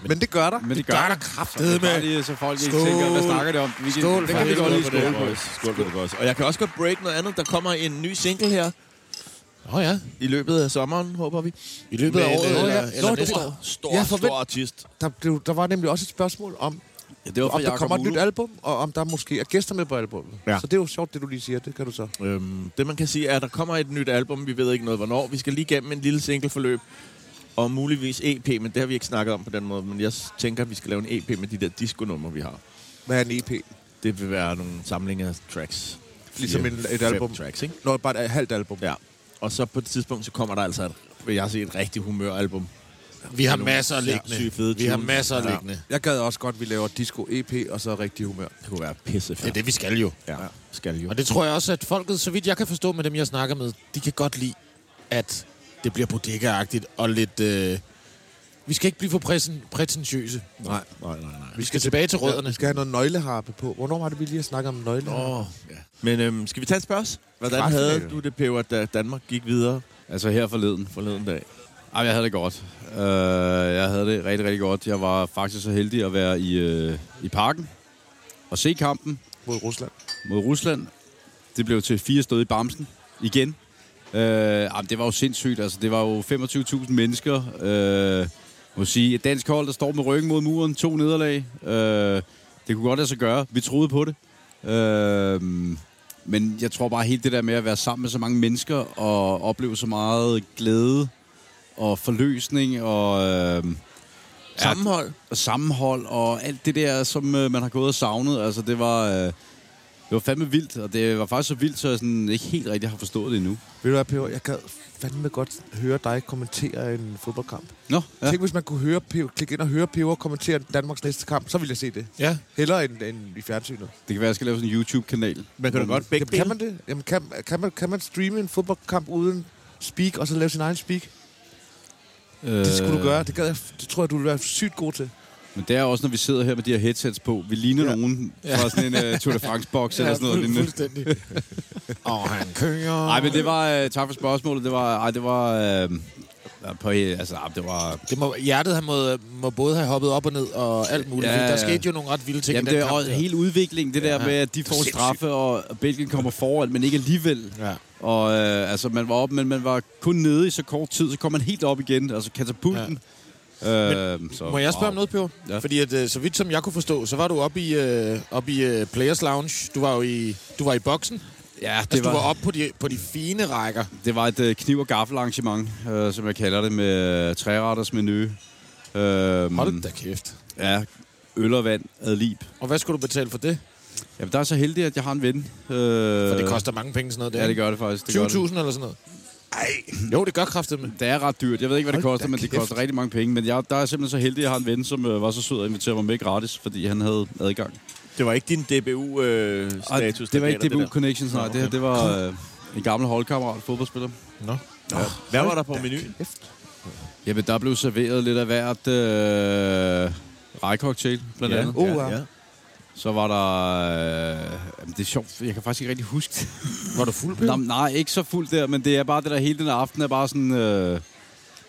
Speaker 3: Men det gør der.
Speaker 4: Men det
Speaker 5: gør der kraftedeme.
Speaker 4: Så, bare lige, så folk ikke
Speaker 5: Skål.
Speaker 4: tænker, hvad snakker det om? Vi kan,
Speaker 5: Skål
Speaker 4: det
Speaker 5: for
Speaker 4: kan vi
Speaker 5: helvede
Speaker 4: godt lige
Speaker 5: for det.
Speaker 4: skåle på.
Speaker 2: boys. Skål for det, boys. Og jeg kan også godt break noget andet. Der kommer en ny single her
Speaker 5: Åh oh, ja.
Speaker 2: i løbet af sommeren, håber vi.
Speaker 5: I løbet af
Speaker 2: Men,
Speaker 5: året
Speaker 2: øh,
Speaker 5: eller,
Speaker 3: nå,
Speaker 5: eller
Speaker 3: du-
Speaker 5: næste år.
Speaker 2: Stor,
Speaker 3: Ja,
Speaker 2: ja,
Speaker 3: for
Speaker 2: stor
Speaker 3: hvem-
Speaker 2: artist.
Speaker 3: Der, blev, der var nemlig også et spørgsmål om,
Speaker 4: Ja, det var fra
Speaker 3: om der
Speaker 4: Jakob
Speaker 3: kommer et nyt
Speaker 4: Mulu.
Speaker 3: album, og om der måske er gæster med på albumet.
Speaker 2: Ja.
Speaker 3: Så det er jo sjovt, det du lige siger. Det kan du så.
Speaker 2: Øhm, det man kan sige er, at der kommer et nyt album. Vi ved ikke noget hvornår. Vi skal lige igennem en lille singleforløb. Og muligvis EP, men det har vi ikke snakket om på den måde. Men jeg s- tænker, at vi skal lave en EP med de der disco-numre, vi har.
Speaker 3: Hvad er en E EP?
Speaker 2: Det vil være nogle samlinger af tracks.
Speaker 3: Ligesom
Speaker 2: Fire,
Speaker 3: en- et
Speaker 2: fem
Speaker 3: album.
Speaker 2: tracks, ikke?
Speaker 3: Nå, bare et halvt album.
Speaker 2: Ja. Og så på et tidspunkt, så kommer der altså, et, vil jeg sige, et rigtig humøralbum.
Speaker 5: Vi har
Speaker 2: nogle
Speaker 5: masser af
Speaker 2: sindssyge
Speaker 5: liggende.
Speaker 2: fede
Speaker 5: Vi har
Speaker 2: tunes.
Speaker 5: masser af
Speaker 2: Ja.
Speaker 5: liggende.
Speaker 3: Jeg gad også godt, at vi laver disco-EP, og så rigtig humør.
Speaker 2: Det kunne være pissefedt.
Speaker 5: Det er det, vi skal jo.
Speaker 2: Ja, skal jo.
Speaker 5: Og det tror jeg også, at folket, så vidt jeg kan forstå med dem, jeg snakker med, de kan godt lide, at det bliver bodega-agtigt og lidt... Øh, vi skal ikke blive for præsen- prætentiøse.
Speaker 2: Nej, nej, nej, nej.
Speaker 5: Vi skal tilbage til rødderne.
Speaker 3: Vi skal have noget nøgleharpe på. Hvornår var det, vi lige har snakket om nøgleharpe?
Speaker 2: Åh, ja. Men øhm, skal vi tage et spørgsmål? Hvordan
Speaker 3: Kvartfinale.
Speaker 2: havde du det, Peber, da Danmark gik videre
Speaker 4: Altså her forleden.
Speaker 2: forleden dag?
Speaker 4: Ej, jeg havde det godt. Øh, jeg havde det rigtig, rigtig godt. Jeg var faktisk så heldig at være i, øh, i parken og se kampen
Speaker 3: mod Rusland.
Speaker 4: mod Rusland. Det blev til fire stød i Bamsen igen. Øh, jamen, det var jo sindssygt. Altså, det var jo 25.000 mennesker. Øh, må sige, et dansk hold, der står med ryggen mod muren. To nederlag. Øh, det kunne godt lade sig gøre. Vi troede på det. Øh, men jeg tror bare, helt det der med at være sammen med så mange mennesker og opleve så meget glæde og forløsning og... Øh,
Speaker 2: Sammenhold?
Speaker 4: og sammenhold og alt det der, som øh, man har gået og savnet. Altså, det var, øh, det var fandme vildt, og det var faktisk så vildt, så jeg sådan ikke helt rigtig har forstået det endnu.
Speaker 3: Ved du hvad, Peber, jeg gad fandme godt høre dig kommentere en fodboldkamp.
Speaker 4: Nå,
Speaker 3: Ja.
Speaker 4: ja.
Speaker 3: Tænk, hvis man kunne høre Peber, klikke ind og høre Peber kommentere Danmarks næste kamp, så ville jeg se det.
Speaker 5: Ja.
Speaker 3: Hellere end, end i fjernsynet.
Speaker 4: det kan være, jeg skal lave sådan en YouTube-kanal.
Speaker 2: Man kan da godt begge
Speaker 3: Jamen,
Speaker 2: dele.
Speaker 3: kan man det? Jamen, kan, kan, man, kan man streame en fodboldkamp uden speak, og så lave sin egen speak?
Speaker 4: Øh,
Speaker 3: Det skulle du gøre. Det, gad jeg, det tror jeg, du ville være sygt god til.
Speaker 4: Men det er også, når vi sidder her med de her headsets på. Vi ligner
Speaker 3: Ja.
Speaker 4: ja. nogen fra sådan en uh, Tour de France-boks ja, eller sådan noget.
Speaker 5: fuld-
Speaker 4: lignende.
Speaker 5: fuldstændig. og han kører...
Speaker 4: Nej, men det var... Uh, tak for spørgsmålet. Det var... Ej, det var... Uh, på, øh, altså, ah, det var...
Speaker 5: Det må, hjertet har må, må både have hoppet op og ned og alt muligt.
Speaker 4: Ja,
Speaker 5: Ja,
Speaker 4: ja.
Speaker 5: Der skete jo nogle ret vilde ting
Speaker 4: Jamen,
Speaker 5: i den
Speaker 4: det er
Speaker 5: kamp.
Speaker 4: også
Speaker 5: der.
Speaker 4: hele udviklingen, det ja. der med, at de får straffe, og Belgien kommer foran, men ikke alligevel.
Speaker 5: Ja.
Speaker 4: Og øh, altså, man var oppe, men man var kun nede i så kort tid, så kom man helt op igen, altså katapulten. Ja. Øh, så,
Speaker 5: Må jeg spørge om
Speaker 4: wow.
Speaker 5: noget, Peber?
Speaker 4: Ja.
Speaker 5: Ja. Fordi at, øh, så vidt som jeg kunne forstå, så var du oppe i, øh, oppe i øh, Players Lounge. Du var jo i, du var i boksen.
Speaker 4: Ja, det,
Speaker 5: Altså,
Speaker 4: var,
Speaker 5: du var oppe på de, på de fine rækker.
Speaker 4: det var et øh, kniv- og gaffelarrangement, øh, som jeg kalder det, med øh, træretters menu. Øh,
Speaker 5: Hold da kæft.
Speaker 4: Ja, øl og vand, adlib.
Speaker 5: Og hvad skulle du betale for det?
Speaker 4: Jamen, der er så heldig, at jeg har en ven. Øh,
Speaker 5: For det koster mange penge, sådan noget der.
Speaker 4: Ja, det
Speaker 5: ikke?
Speaker 4: gør det faktisk. Det gør det.
Speaker 5: 20.000 eller sådan noget? Nej. Jo, det gør kraftigt med.
Speaker 4: Det er ret dyrt. Jeg ved ikke, hvad det
Speaker 3: Hold
Speaker 4: koster,
Speaker 3: da
Speaker 4: men det
Speaker 3: kæft.
Speaker 4: koster rigtig mange penge. Men jeg, der er simpelthen så heldig, at jeg har en ven, som øh, var så sød at invitere mig med gratis, fordi han havde adgang.
Speaker 2: Det var ikke din DBU-status,
Speaker 4: Ej,
Speaker 2: øh, status,
Speaker 4: det
Speaker 2: der
Speaker 4: var ikke
Speaker 2: gælder,
Speaker 4: DBU
Speaker 2: der.
Speaker 4: Connections, nej.
Speaker 2: Nå,
Speaker 4: Det, her, det var øh, en gammel holdkammerat, fodboldspiller.
Speaker 5: Nå.
Speaker 2: Hvad var der på menuen?
Speaker 4: Jamen, der blev serveret lidt af hvert øh, rejcocktail, blandt andet.
Speaker 3: Uh, ja.
Speaker 4: Så var der... Øh, jamen, det er sjovt, jeg kan faktisk ikke rigtig huske det.
Speaker 5: Var du fuld,
Speaker 4: Nå, nej, ikke så fuldt der, men det er bare det der hele den aften er bare sådan... Øh,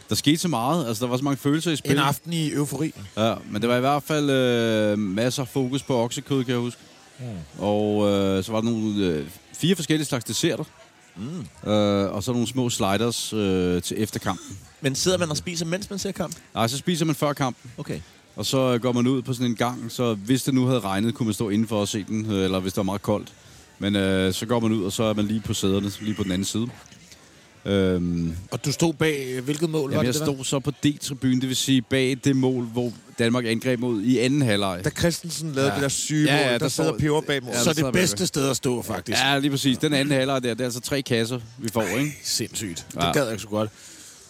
Speaker 4: der skete så meget, altså der var så mange følelser i spil.
Speaker 5: En aften i eufori.
Speaker 4: Ja, men det var i hvert fald øh, masser af fokus på oksekød, kan jeg huske.
Speaker 2: Hmm.
Speaker 4: Mm. Og øh, så var der nogle øh, fire forskellige slags desserter.
Speaker 2: Hmm.
Speaker 4: Mm. Øh, og så nogle små sliders øh, til efterkampen.
Speaker 2: Men sidder man og spiser, mens man ser kamp?
Speaker 4: Nej, så spiser man før kampen,
Speaker 2: Okay.
Speaker 4: og så går man ud på sådan en gang, så hvis det nu havde regnet, kunne man stå indenfor og se den, øh, eller hvis det var meget koldt. Men øh, så går man ud, og så er man lige på sæderne, lige på den anden side. Øhm,
Speaker 5: Og du stod bag øh, hvilket mål? var
Speaker 4: jamen,
Speaker 5: det,
Speaker 4: jeg
Speaker 5: det
Speaker 4: stod
Speaker 5: var?
Speaker 4: så på D-tribunen, det vil sige bag det mål, hvor Danmark angreb mod i anden halvleg.
Speaker 3: Da Christensen lavede ja. det der syge
Speaker 4: Ja,
Speaker 3: mål,
Speaker 4: ja,
Speaker 3: der,
Speaker 4: der
Speaker 3: sidder
Speaker 4: står-
Speaker 3: peber bag mål.
Speaker 4: Ja,
Speaker 5: Så
Speaker 4: der sidder
Speaker 5: det
Speaker 4: man
Speaker 5: bedste sted at stå, faktisk.
Speaker 4: Ja, lige præcis. Den anden halvleg der, det er altså tre kasser, vi får, ikke?
Speaker 5: Sindssygt.
Speaker 4: Ja.
Speaker 5: Det gad jeg ikke så godt.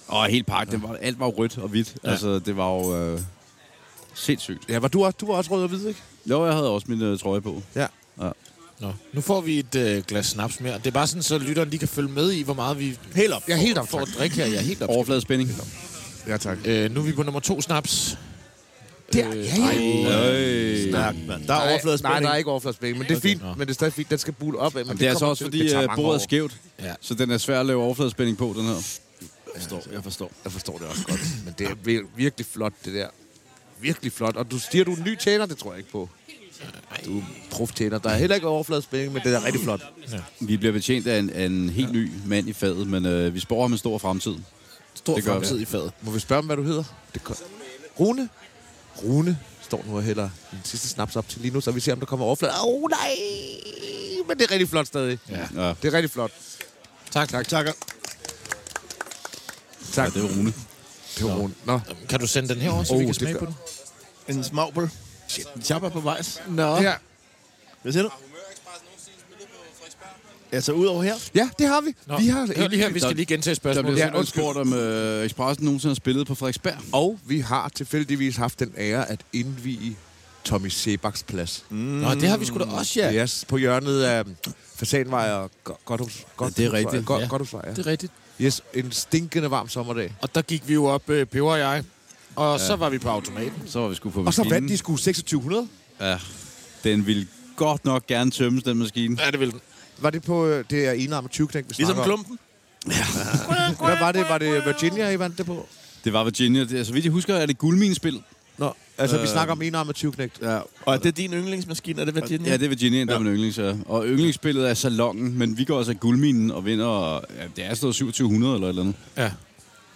Speaker 4: Og helt pakken, den var, alt var jo rødt og hvidt. Ja. Altså, det var jo øh, sindssygt.
Speaker 3: Ja, var du, også- du var også rød og hvid, ikke?
Speaker 4: Jo, jeg havde også min øh, trøje på.
Speaker 3: Ja.
Speaker 5: Nå. Nu får vi et øh, glas snaps mere. Det er bare sådan, så lytteren lige kan følge med i, hvor meget vi helt op. Ja, helt op, får at drikke her. Ja, helt op.
Speaker 4: Overfladespænding.
Speaker 3: Ja, tak.
Speaker 5: Øh, nu er vi på nummer to snaps.
Speaker 3: Der, ja, ja.
Speaker 4: Øh.
Speaker 2: Snak, mand. Der er
Speaker 3: Nej,
Speaker 2: overfladespænding.
Speaker 3: der er ikke overfladspænding, men det er fint. Men det er stadig fint, den skal bule op. af, Men
Speaker 4: Det er altså
Speaker 3: kommer
Speaker 4: også,
Speaker 3: til-
Speaker 4: fordi
Speaker 3: det tager
Speaker 4: øh,
Speaker 3: mange
Speaker 4: bordet er
Speaker 3: år.
Speaker 4: skævt,
Speaker 5: Ja.
Speaker 4: ja. så den er svær at lave overfladespænding på, den her.
Speaker 2: Jeg forstår, jeg forstår.
Speaker 3: Jeg forstår det også godt, men det er vir- virkelig flot, det der. Virkelig flot. Og du siger, du er en ny tjener, det tror jeg ikke på. Du er proftjener. Der er heller ikke overfladespænding, men det er da rigtig flot.
Speaker 4: Vi bliver betjent af en, af en helt ny mand i faget, men øh, vi spår ham en stor fremtid.
Speaker 5: Stor
Speaker 4: Det gør
Speaker 5: fremtid i faget.
Speaker 3: Må vi spørge om, hvad du hedder? Det kan... Rune? Rune står nu og hælder den sidste snaps op til Linus, og vi ser, om der kommer overflade. Åh, oh, nej! Men det er rigtig flot stadig. Ja.
Speaker 4: Ja,
Speaker 3: Det er rigtig flot.
Speaker 5: Tak. tak.
Speaker 3: Takker.
Speaker 4: ja det er Rune.
Speaker 3: Det var Rune. Nå.
Speaker 5: Kan du sende den her over, så oh, vi
Speaker 3: Oh,
Speaker 5: kan
Speaker 3: det
Speaker 5: smage
Speaker 3: gør-
Speaker 5: på den?
Speaker 2: En smagbøl. Shit, en chapper på vejs.
Speaker 3: Nå. Ja.
Speaker 2: Hvad siger du? Altså, udover her?
Speaker 3: ja, det har vi.
Speaker 5: Nå.
Speaker 3: Vi har
Speaker 5: Hør lige her, vi skal lige
Speaker 4: Der
Speaker 5: gentage spørgsmålet.
Speaker 4: bliver
Speaker 3: Ja,
Speaker 4: simpelthen
Speaker 3: undskyld.
Speaker 4: spurgt, om øh, Expressen nogensinde har spillet på Frederiksberg.
Speaker 3: Og vi har tilfældigvis haft den ære at indvige Tommy Sebaks plads. Mm.
Speaker 5: Nå, det har vi sgu da også, ja.
Speaker 3: Yes, på hjørnet af Fasanvej og Go- Godhus. Godhus
Speaker 4: det er rigtigt,
Speaker 3: God,
Speaker 5: ja.
Speaker 3: ja. Godhusvej, ja.
Speaker 5: Det er rigtigt.
Speaker 3: Yes, en stinkende varm sommerdag.
Speaker 5: Og der gik vi jo op, øh, Peber og jeg. Mm. Og så var vi på automaten.
Speaker 4: Så var vi sgu på
Speaker 3: Og så
Speaker 4: maskinen.
Speaker 3: vandt de sgu 2600.
Speaker 4: Ja, den ville godt nok gerne tømmes, den maskine.
Speaker 5: Ja, det ville den.
Speaker 3: Var det på øh, det er enarmet 20 knæk, vi
Speaker 2: Ligesom
Speaker 3: snakker om?
Speaker 2: klumpen.
Speaker 3: Hvad var det? Var det Virginia, I vandt det på?
Speaker 4: Det var Virginia. Det, så vidt jeg husker, er det guldminespil.
Speaker 3: Nå, altså øh, vi
Speaker 4: Øh.
Speaker 3: snakker om enarmet 20 knæk.
Speaker 4: Ja,
Speaker 2: Og er det din yndlingsmaskine? Er det Virginia?
Speaker 4: ja det er Virginia, der er min yndlings. Ja. Og yndlingsspillet er salongen, men vi går altså i guldminen og vinder. Og, ja, det er altså stået 2700 eller et eller andet.
Speaker 5: Ja.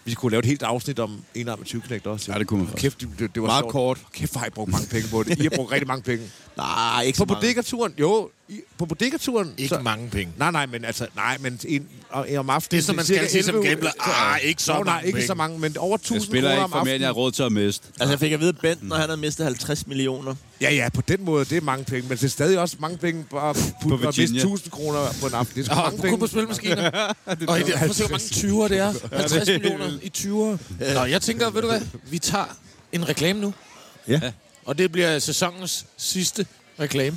Speaker 3: Vi skulle lave et helt afsnit om enarmet 20 knæk også.
Speaker 4: Ja, det kunne man faktisk.
Speaker 3: Kæft, det, det, det var
Speaker 2: Meget
Speaker 3: sjovt.
Speaker 2: kort.
Speaker 3: Kæft, har I brugt mange penge på det. I har brugt rigtig mange penge.
Speaker 2: Nej, ikke
Speaker 3: På
Speaker 2: så mange.
Speaker 3: bodegaturen, jo. I, på bodegaturen...
Speaker 5: Ikke så... mange penge.
Speaker 3: Nej, nej, men altså, nej, men en, og, en om aftenen...
Speaker 5: Det er, som man
Speaker 3: cirka
Speaker 5: skal sige som
Speaker 3: 11
Speaker 5: gambler. Ah, ikke så
Speaker 3: Nå, nej,
Speaker 5: mange
Speaker 3: ikke
Speaker 5: penge.
Speaker 3: så mange, men over 1000
Speaker 4: Jeg spiller
Speaker 3: kroner
Speaker 4: ikke
Speaker 3: om
Speaker 4: for mere, end jeg har
Speaker 3: aftenen.
Speaker 4: råd til at miste.
Speaker 2: Altså, jeg fik at vide, at Bent, når han havde mistet 50 millioner.
Speaker 3: Ja, ja, på den måde, det er mange penge, men det er stadig også mange penge bare at putte og miste
Speaker 4: Virginia.
Speaker 3: 1000 kroner på en aften. Det er sgu mange
Speaker 5: Og kun
Speaker 3: penge.
Speaker 5: på spilmaskiner. Og i det, prøv at se, hvor mange 20'er det er. 50 millioner i 20'er. Nå, jeg tænker, ved du hvad? Vi tager en reklame nu.
Speaker 2: Ja.
Speaker 5: Og det bliver sæsonens sidste reklame.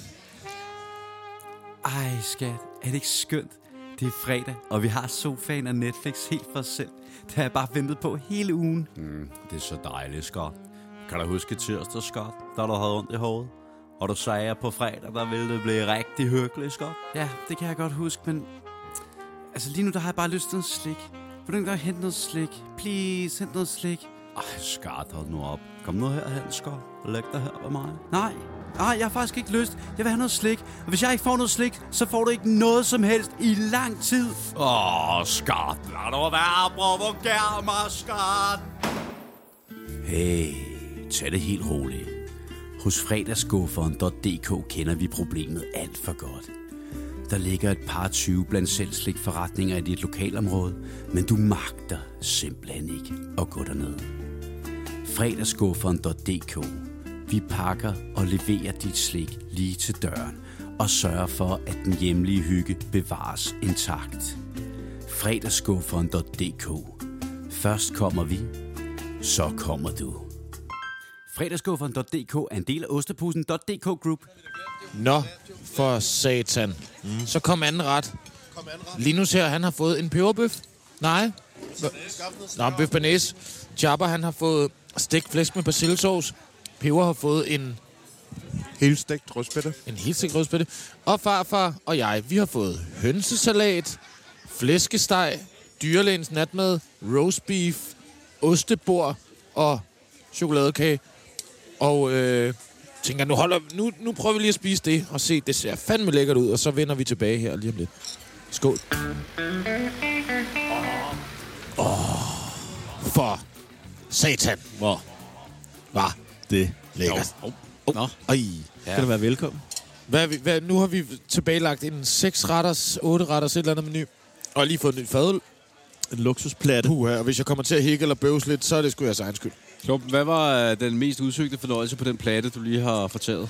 Speaker 6: Ej, skat, er det ikke skønt? Det er fredag, og vi har sofaen og Netflix helt for os selv. Det har jeg bare ventet på hele ugen.
Speaker 7: Mm, det er så dejligt, Scott. Kan du huske tirsdag, Scott, da du havde ondt i hovedet? Og du sagde, at på fredag, der ville det blive rigtig hyggeligt, Scott.
Speaker 6: Ja, det kan jeg godt huske, men... Altså, lige nu der har jeg bare lyst til noget slik. Vil du ikke godt hente noget slik? Please, hent noget slik.
Speaker 7: Ej, Scott, hold nu op. Kom nu herhen, Scott. og Læg dig her ved mig.
Speaker 6: Nej, nej, jeg har faktisk ikke lyst. Jeg vil have noget slik. Og hvis jeg ikke får noget slik, så får du ikke noget som helst i lang tid.
Speaker 7: Åh, oh, Scott, lad du være at provokere mig, Scott. Hey, tag det helt roligt. Hos fredagsskufferen.dk kender vi problemet alt for godt. Der ligger et par 20 blandt selv forretninger i dit lokalområde, men du magter simpelthen ikke at gå derned. Fredagsskufferen.dk Vi pakker og leverer dit slik lige til døren og sørger for, at den hjemlige hygge bevares intakt. Fredagsskufferen.dk Først kommer vi, så kommer du. Fredagsskufferen.dk er en del af Ostepusen.dk Group.
Speaker 5: Nå, for satan. Mm. Så kom anden ret. Linus her, han har fået en peberbøf. Nej. Nå, bøf banæs. Chapper, han har fået stegt flæsk med persillesauce. Peber har fået en
Speaker 3: Hele stegt rødspætte.
Speaker 5: En helt sikker rødspætte. Og farfar og jeg, vi har fået hønsesalat, flæskesteg, dyrlægens natmad, roast beef, ostebord og chokoladekage. Og øh, tænker, nu, holder, nu, nu prøver vi lige at spise det og se, det ser fandme lækkert ud, og så vender vi tilbage her lige om lidt. Skål. Åh, oh, for satan, hvor var
Speaker 2: Det.
Speaker 5: lækkert. Oh. Oh.
Speaker 4: Nå.
Speaker 5: Ej.
Speaker 2: Kan du være velkommen?
Speaker 5: Hvad, er vi- hvad, nu har vi tilbagelagt en 6 retters, 8 retters, et eller andet menu. Og lige fået en ny fadøl.
Speaker 2: En luksusplatte.
Speaker 5: Puha, og hvis jeg kommer til at hikke eller bøvse lidt, så er det sgu jeres egen skyld.
Speaker 4: Klumpen, hvad var øh, den mest udsøgte fornøjelse på den plade, du lige har fortalt?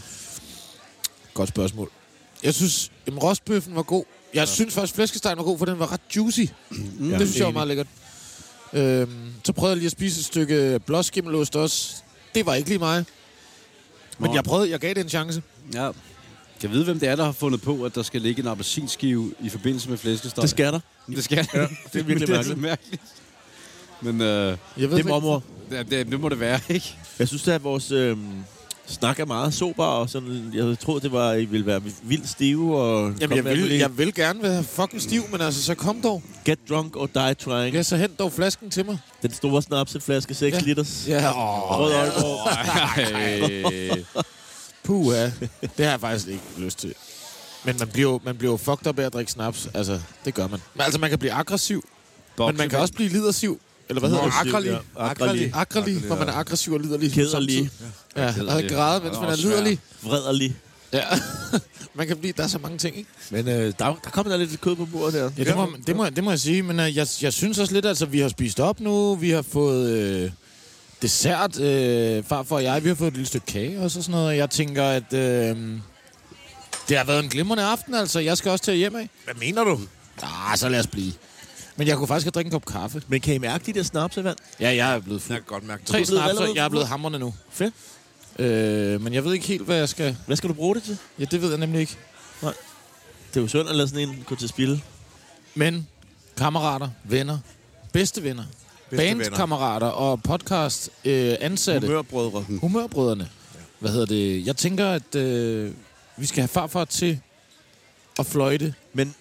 Speaker 5: Godt spørgsmål. Jeg synes, jamen, rostbøffen var god. Jeg ja. synes faktisk, flæskestegen var god, for den var ret juicy. Mm. Det synes jeg var meget lækkert. Øhm, så prøvede jeg lige at spise et stykke blåskimmelost også. Det var ikke lige mig. Men jeg prøvede, jeg gav det en chance.
Speaker 4: Ja. Kan jeg vide, hvem det er, der har fundet på, at der skal ligge en appelsinskive i forbindelse med flæskesteg?
Speaker 2: Det skal der.
Speaker 4: Det skal ja, det er virkelig det er så mærkeligt. Men øh,
Speaker 5: Jeg ved
Speaker 2: Det er
Speaker 5: ikke-
Speaker 2: mormor.
Speaker 4: det, det, det, må det være, ikke?
Speaker 2: Jeg synes, at vores øh, snak er meget sober, og sådan, jeg troede, det var, I ville være vildt stive. Og
Speaker 5: Jamen,
Speaker 2: komme
Speaker 5: jeg
Speaker 2: med alt
Speaker 5: vil,
Speaker 2: muligt.
Speaker 5: jeg vil gerne være fucking stiv, men altså, så kom dog.
Speaker 2: Get drunk or die trying.
Speaker 5: Ja, så hent dog flasken til mig.
Speaker 2: Den store snapseflaske, 6
Speaker 5: Ja.
Speaker 2: ja. liters.
Speaker 5: Ja, åh.
Speaker 2: Rød Aalborg.
Speaker 4: Ej.
Speaker 5: Puha, det har jeg faktisk ikke lyst til. Men man bliver, jo- man bliver jo fucked op af at drikke snaps. Altså, det gør man. Men, altså, man kan blive aggressiv, men man kan også blive lidersiv. Eller hvad hedder det?
Speaker 2: Aggressiv, ja. Aggressiv.
Speaker 5: Aggrelig, hvor man er aggressiv og liderlig.
Speaker 2: Kederlig.
Speaker 5: samtidig. Ja, og græde, mens
Speaker 4: Ja,
Speaker 5: man er
Speaker 4: det er også
Speaker 5: liderlig.
Speaker 2: Vrederlig.
Speaker 5: Ja. man kan blive... Der er så mange ting, ikke?
Speaker 2: Men øh, der, der kom der lidt kød på bordet der.
Speaker 5: Ja, det må, det må, det må jeg sige. Men uh, jeg, jeg synes også lidt, altså, vi har spist op nu. Vi har fået øh, dessert, øh, farfar og jeg. Vi har fået et lille stykke kage også og sådan noget. Jeg tænker, at øh, det har været en glimrende aften, altså. Jeg skal også til hjem af.
Speaker 3: Hvad mener du?
Speaker 5: Ah, så lad os blive. Men jeg kunne faktisk have drikket en kop kaffe.
Speaker 2: Men kan I mærke de der snaps af vand?
Speaker 5: Ja, jeg er blevet fuld.
Speaker 3: Jeg kan godt mærke det.
Speaker 5: Tre
Speaker 2: blevet
Speaker 5: snapser,
Speaker 2: allerede
Speaker 5: jeg er blevet
Speaker 2: fuld?
Speaker 5: hammerne nu.
Speaker 2: Fedt.
Speaker 5: Øh, men jeg ved ikke helt, hvad jeg skal...
Speaker 2: Hvad skal du bruge det til?
Speaker 5: Ja, det ved jeg nemlig ikke.
Speaker 2: Det er jo synd at lade sådan en gå til spil.
Speaker 5: Men kammerater, venner, bedste venner,
Speaker 3: venner.
Speaker 5: bandkammerater og podcast øh, ansatte,
Speaker 2: Humørbrødre.
Speaker 5: humørbrødrene. Hvad hedder det? Jeg tænker, at øh, vi skal have farfar til at fløjte
Speaker 2: Men,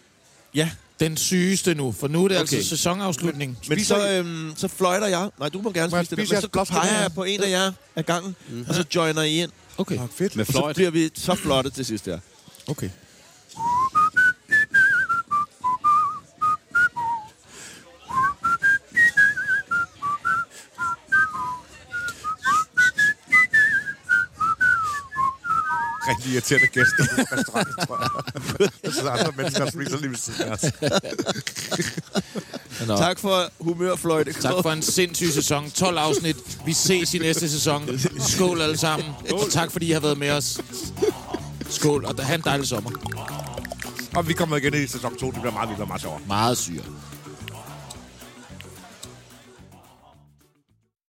Speaker 2: ja.
Speaker 5: den sygeste nu, for nu er det okay. altså
Speaker 2: Okay.
Speaker 5: sæsonafslutning.
Speaker 2: Men
Speaker 3: Spiser
Speaker 2: så, øhm, så fløjter jeg. Nej, du må gerne
Speaker 3: Må jeg
Speaker 2: spise det. der, Men
Speaker 3: spise jeres
Speaker 2: så
Speaker 3: blomster?
Speaker 2: peger jeg på en af jer af gangen, mm. og så joiner I ind.
Speaker 5: Okay,
Speaker 3: Fuck, fedt.
Speaker 4: Med
Speaker 2: Og så
Speaker 4: fløjt.
Speaker 2: bliver vi så flotte til sidst, ja.
Speaker 5: okay.
Speaker 3: Rigtig irriterende gæster i restauranten, tror jeg. Der sidder andre mennesker og spiser lige ved siden af os.
Speaker 5: Nå.
Speaker 2: Tak for humørfløjte.
Speaker 5: Tak for en sindssyg sæson. 12 afsnit. Vi ses i næste sæson. Skål alle sammen. Og tak fordi I har været med os. Skål, og da- have en dejlig sommer.
Speaker 3: Og vi kommer igen i sæson 2. Det bliver meget vildt og meget sjovt.
Speaker 5: Meget syre.